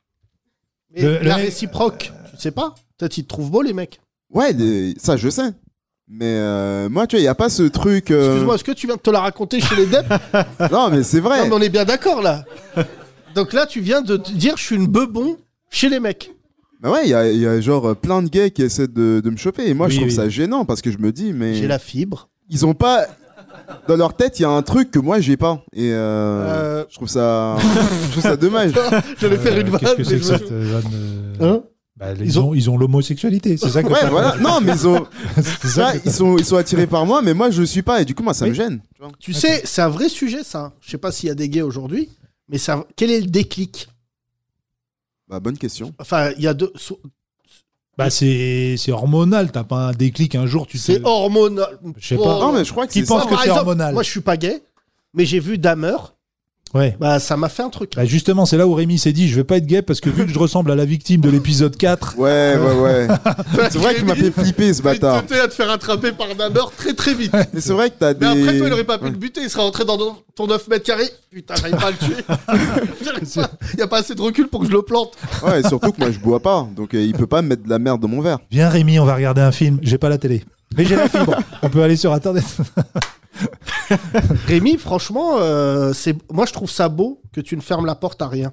Mais Le- le la mec- réciproque, tu sais pas. Peut-être ils te trouvent beau les mecs. Ouais, les- ça je sais. Mais euh, moi, tu vois, il y a pas ce truc. euh, Excuse-moi, est-ce que tu viens de te la raconter chez les [LAUGHS] Depp [LAUGHS] Non, mais c'est Non, vrai. mais on est bien d'accord là. Donc là, tu viens de te dire je suis une bebon chez les mecs. Bah ouais, il y, a- il y a genre euh, plein de gays qui essaient de, de me choper. Et moi, Oui, je trouve oui. ça gênant parce que je me dis, mais J'ai la fibre. ils ont pas. Dans leur tête, il y a un truc que moi, j'ai pas. Et euh, Euh. je trouve ça. je trouve ça dommage. [LAUGHS] J'allais faire une Euh, vanne. Qu'est-ce que c'est mais que je me- cette euh, vanne euh, Hein ils, ont... ils ont l'homosexualité, c'est ça que Ouais, voilà. Non, mais ils [LAUGHS] ont. Ça, ils, sont, ils sont attirés par moi, mais moi, je le suis pas. Et du coup, moi, ça me Oui. gêne. Tu sais, c'est un vrai sujet, ça. Je sais pas s'il y a des gays aujourd'hui, mais ça, quel est le déclic Bah, bonne question. Enfin, il y a deux. so- Bah, c'est c'est hormonal, t'as pas un déclic un jour, tu sais. C'est hormonal. Euh, Je sais pas. Non, mais je crois que Qui c'est pense ça. que Par c'est exemple, hormonal Moi, je suis pas gay, mais j'ai vu Damer. Ouais. Bah, ça m'a fait un truc. Bah, justement, c'est là où Rémi s'est dit je vais pas être gay parce que vu que je ressemble à la victime de l'épisode 4. Ouais, ouais, ouais. [LAUGHS] c'est vrai qu'il m'a fait flipper ce bâtard. T'es à te faire attraper par Damer très très vite. Mais c'est vrai que t'as des. Mais après, toi, il aurait pas pu le buter, il serait rentré dans ton- ton 9 mètres carrés. Putain, j'arrive pas à le tuer. [LAUGHS] J'arrive pas. Il n'y a pas assez de recul pour que je le plante. Ouais, et surtout que moi, je bois pas. Donc, euh, il peut pas mettre de la merde dans mon verre. Viens Rémi, on va regarder un film. J'ai pas la télé. Mais j'ai [LAUGHS] la fibre. on peut aller sur internet. Rémi, franchement, euh, c'est moi je trouve ça beau que tu ne fermes la porte à rien.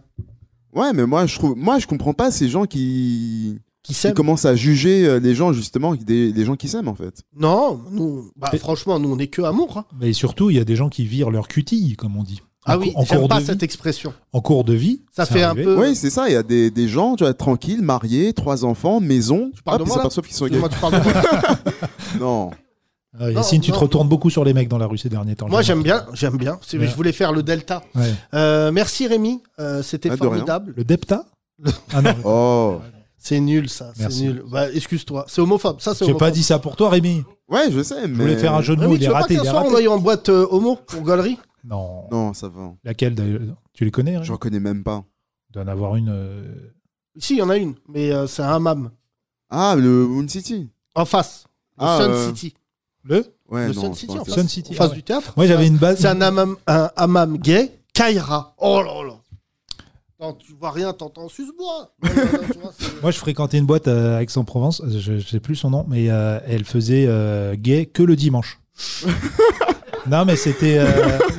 Ouais, mais moi je trouve, moi je comprends pas ces gens qui qui, commencent à juger euh, les gens justement, des, les gens qui s'aiment en fait. Non, nous, bah, franchement, nous on est que amour. hein. Mais surtout, il y a des gens qui virent leur cutille, comme on dit. Ah En oui, cou- en j'aime cours pas de cette vie. [LAUGHS] expression. En cours de vie, Ça c'est fait un arrivé. peu- Oui, c'est ça. Il y a des, des gens, tu vois, tranquilles, mariés, trois enfants, maison. Tu parles de ils moi, là s'aperçoivent qu'ils sont gays. Excuse-moi, tu parles de [LAUGHS] non. Euh, Yacine, Non, tu te non. retournes beaucoup sur les mecs dans la rue ces derniers temps. Moi j'aime bien, j'aime bien. C'est- Ouais. Je voulais faire le delta. Ouais. Euh, merci Rémi, euh, c'était Ah, de rien. formidable. Le Depta Ah non. oh. C'est nul ça, c'est Merci. nul. Bah, excuse-toi, c'est homophobe. Ça, c'est J'ai pas homophobe. dit ça pour toi, Rémi. Ouais, je sais. Mais... voulais faire un jeu de mots, Rémi, tu Ah, il est veux pas raté, qu'un il est soir on raté. aille en boîte euh, homo pour galerie Non. Non, ça va. Laquelle d'ailleurs Tu les connais J'en connais même pas. Il doit en avoir une. euh, Si, il y en a une, mais euh, c'est un hammam. Ah, le Moon City. En face. Le Ah, Sun euh, City. Le Ouais, Le non, Sun c'est City, pas en face, intéressant. en face ouais. du théâtre. Moi, j'avais une base. C'est un hammam, un hammam gay, Kaira. Oh là là. Non, tu vois rien, t'entends [LAUGHS] suce-bois. Oh là là, tu vois, c'est- Moi, je fréquentais une boîte euh, à Aix-en-Provence, je, je sais plus son nom, mais euh, elle faisait euh, gay que [LAUGHS] le dimanche. non, mais c'était. euh,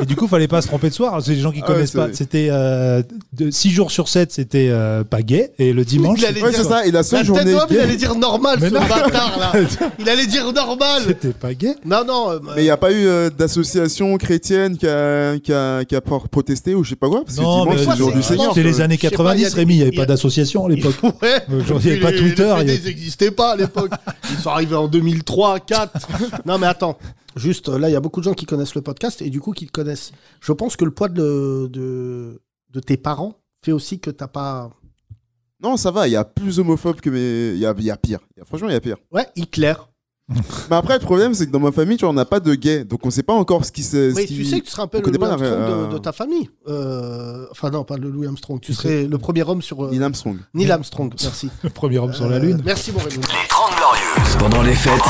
et du coup, fallait pas se tromper de soir. C'est les gens qui Ah ouais, connaissent c'est pas. vrai. C'était 6 jours sur 7, c'était euh, pas gay, et le dimanche. Il allait Ouais, dire- c'est ça, et la seule tête journée d'homme, il gay- allait dire normal, Mais ce non. bâtard [LAUGHS] là. Il allait dire normal. C'était pas gay. Non, non. euh, Mais il n'y a pas eu euh, d'association chrétienne qui a, qui, a, qui a por- protesté ou je sais pas quoi Parce que Non, mais dimanche, c'est le jour du Seigneur. c'était les années je sais pas, 90, il y a des- Rémi. Il n'y avait il y a- pas d'association à l'époque. [LAUGHS] Ouais. Aujourd'hui, il n'y Puis avait Euh, pas les- Twitter. Les il y a- PD, ils n'existaient pas à l'époque. [LAUGHS] Ils sont arrivés en 2003, 2004. [LAUGHS] non, mais attends. Juste, euh, là, il y a beaucoup de gens qui connaissent le podcast et du coup, qui le connaissent. Je pense que le poids de, de, de tes parents fait aussi que t'as pas. Non, ça va, il y a plus homophobe que mes. Il y a, il y a pire. Il y a- franchement, il y a pire. Ouais, Hitler. Mais après, le problème, c'est que dans ma famille, tu vois, on n'a pas de gay. Donc, on sait pas encore ce qui se. Mais tu sais que tu serais un peu le Louis Armstrong euh, de, de ta famille. Euh, Enfin, non, pas le Louis Armstrong. Tu serais le premier homme sur. euh, Neil Armstrong. Neil Armstrong, merci. [LAUGHS] Euh, Le premier homme sur la Lune. Merci, mon Raymond. Pendant les fêtes,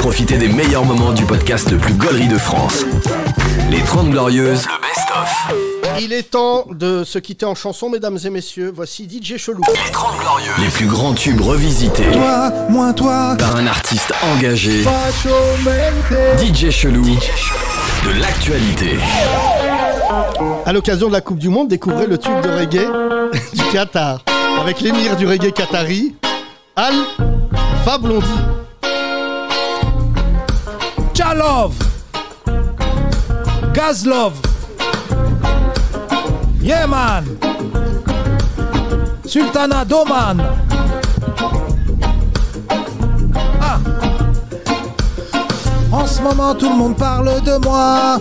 profitez des meilleurs moments du podcast le plus gaulerie de France. Les 30 Glorieuses, le best-of. Il est temps de se quitter en chanson, mesdames et messieurs. Voici DJ Chelou. Les plus grands tubes revisités. Toi, moins toi. Par un artiste engagé. DJ Chelou. De l'actualité. À l'occasion de la Coupe du Monde, découvrez le tube de reggae [LAUGHS] du Qatar avec l'émir du reggae qatari, Al Fablondi. Chalov. Gazlov. Yeah man. Sultana Doman. Ah. En ce moment, tout le monde parle de moi.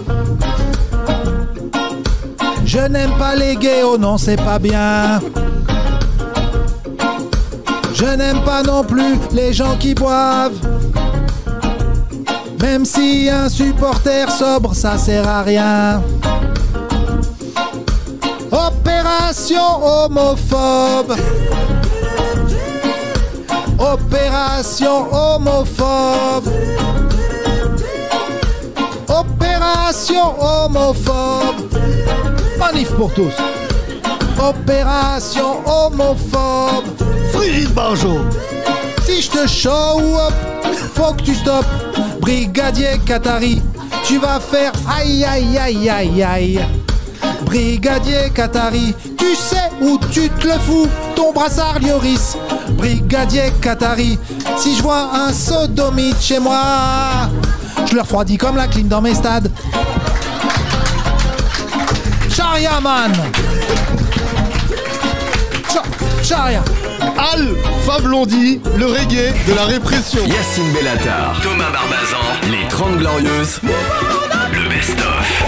Je n'aime pas les gays, oh non, c'est pas bien. Je n'aime pas non plus les gens qui boivent. Même si un supporter sobre, ça sert à rien. Opération homophobe. Opération homophobe. Opération homophobe. Manif pour tous. Opération homophobe. Frigide Barjot. Si je te show up, faut que tu stoppes. Brigadier Qatari, tu vas faire aïe aïe aïe aïe aïe. Brigadier Qatari, tu sais où tu te le fous, ton brassard Lioris. Brigadier Qatari, si je vois un sodomite chez moi, je le refroidis comme la clim dans mes stades. Sharia man Cha- Sharia Al Favlondi, le reggae de la répression. Yacine Bellatar, Thomas Barbazan, les 30 Glorieuses, le best-of.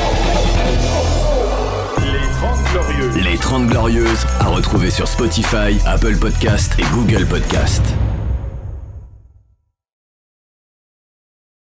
Les 30 Glorieuses, à retrouver sur Spotify, Apple Podcast et Google Podcast.